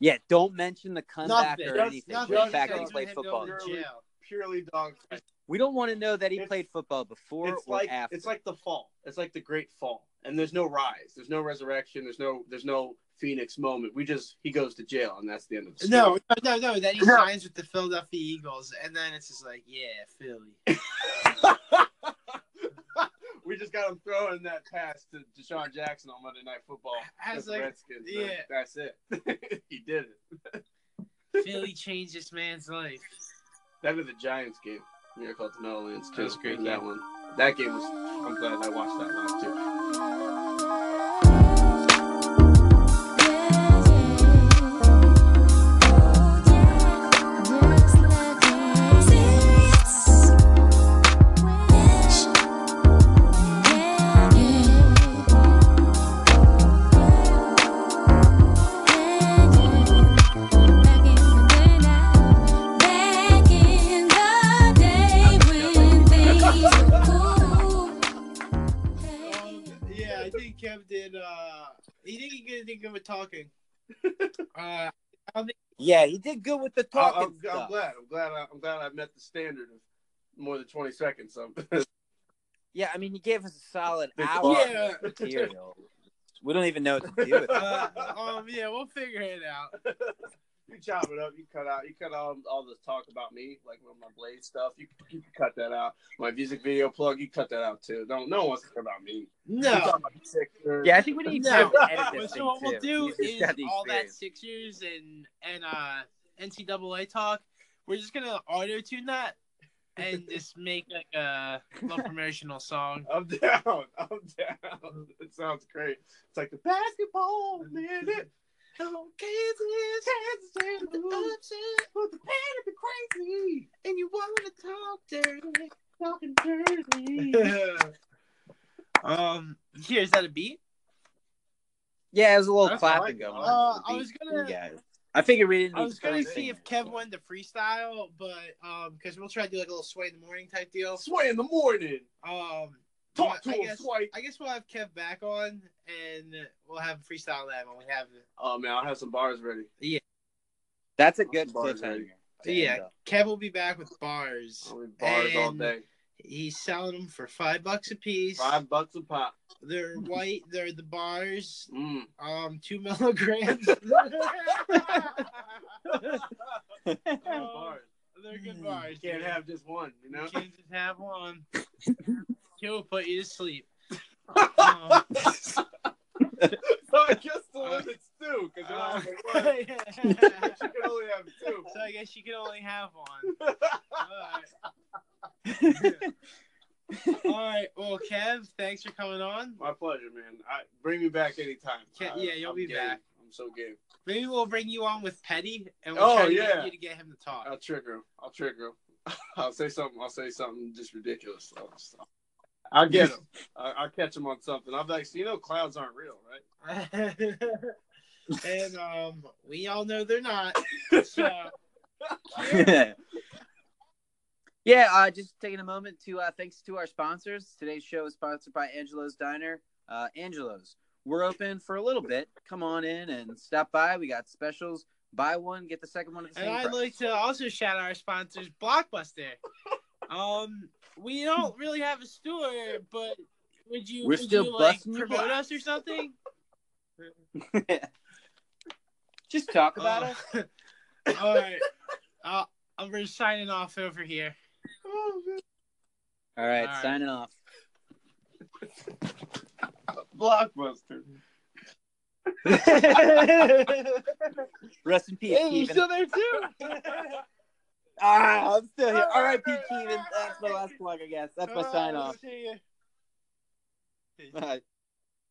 Yeah, don't mention the comeback Nothing. or anything. Nothing. Just the fact that he Just played him football. going to jail. Purely dog fight. We don't want to know that he It's- played football before It's or like after. it's like the fall. It's like the great fall. And there's no rise. There's no resurrection. There's no there's no Phoenix moment. We just he goes to jail and that's the end of the story. No, no, no. Then he signs with the Philadelphia Eagles, and then it's just like, yeah, [laughs] Philly. we just got him throwing that pass to Deshaun Jackson on Monday Night Football. I was against the like, Redskins. man. yeah. that's it. [laughs] he did it. Philly changed this man's life. That was the Giants game. Miracle at the Meadowlands. That was a great that game. one. That game was. I'm glad I watched that live too. Yeah, I think Kev did. Uh, he didn't get think of it talking. Uh, yeah, he did good with the I- talking I'm, I'm stuff. glad. I'm glad. I, I'm glad I met the standard of more than 20 seconds. I'm, Yeah, I mean, he gave us a solid Big hour bar. of material. We don't even know what to [laughs] do with it. uh, um, yeah, we'll figure it out. [laughs] you chop it up. You cut out. You cut all all this talk about me, like with my blade stuff. You, you can cut that out. My music video plug. You cut that out too. No, no one wants to hear about me. You No. talk about the Sixers. Yeah, I think we need to No. edit [laughs] this So what thing, we'll too. do He's is got the all that experience. six years and and uh NCAA talk. We're just gonna auto tune that and [laughs] just make like a little promotional song. I'm down. [laughs] I'm down. It sounds great. It's like the basketball minute. Oh, Kansas, Kansas, and the upset. Put the panic be crazy, and you want to talk dirty, talking dirty. [laughs] um, here is that a beat? Yeah, it was a little That's clapping like- going uh, on. for the I was beat, gonna- you guys. I figured we didn't. I need was to gonna start see if singing. Kev wanted to freestyle, but um, because we'll try to do like a little sway in the morning type deal. Sway in the morning. Um, Talk but to I him, guess, Sway. I guess we'll have Kev back on, and we'll have freestyle that when we have it. Oh man, I'll have some bars ready. That's a good Bars cliffhanger. ready. to Yeah. end on. Kev will be back with bars. I'll be bars all And- day. He's selling them for five bucks a piece. Five bucks a pop. [laughs] They're white. They're the bars. Mm. Um, [laughs] two [laughs] milligrams. Oh. bars. They're good bars. You can't have just one, you You know. can't just have [laughs] one. He'll put you to sleep. Um, [laughs] so I guess the [laughs] limit's two because you're uh, not one. so You can only have two. [laughs] I guess you can only have one. All right. All right. [laughs] Well, Kev, thanks for coming on. My pleasure, man. I, bring me back anytime. Yeah, I- yeah, you'll I'm be game. back. I'm so game. Maybe we'll bring you on with Petty, and we'll Oh, try to yeah. get you to get him to talk. I'll trigger him. I'll trigger him. [laughs] I'll say something. I'll say something just ridiculous. I'll, [laughs] I'll get him. I, I'll catch him on something. I'm like, so you know, clouds aren't real, right? [laughs] and Oh. um, we all know they're not. [laughs] So, [laughs] yeah, uh, just taking a moment to uh, thanks to our sponsors. Today's show is sponsored by Angelo's Diner. Uh, Angelo's, we're open for a little bit. Come on in and stop by. We got specials. Buy one, get the second one at the same and I'd price. like to also shout out our sponsors, Blockbuster. Um, we don't really have a store, but would you We're would still you, like busting your promote block. us or something? just talk about Uh, [laughs] us. all right, uh, we're signing off over here. All all right, right. [laughs] signing off. Blockbuster. [laughs] Rest in peace, Keevan. there too. Ah, I'm still here. R.I.P. Keevan. That's my last plug, I guess. That's my sign off. See ya. Bye.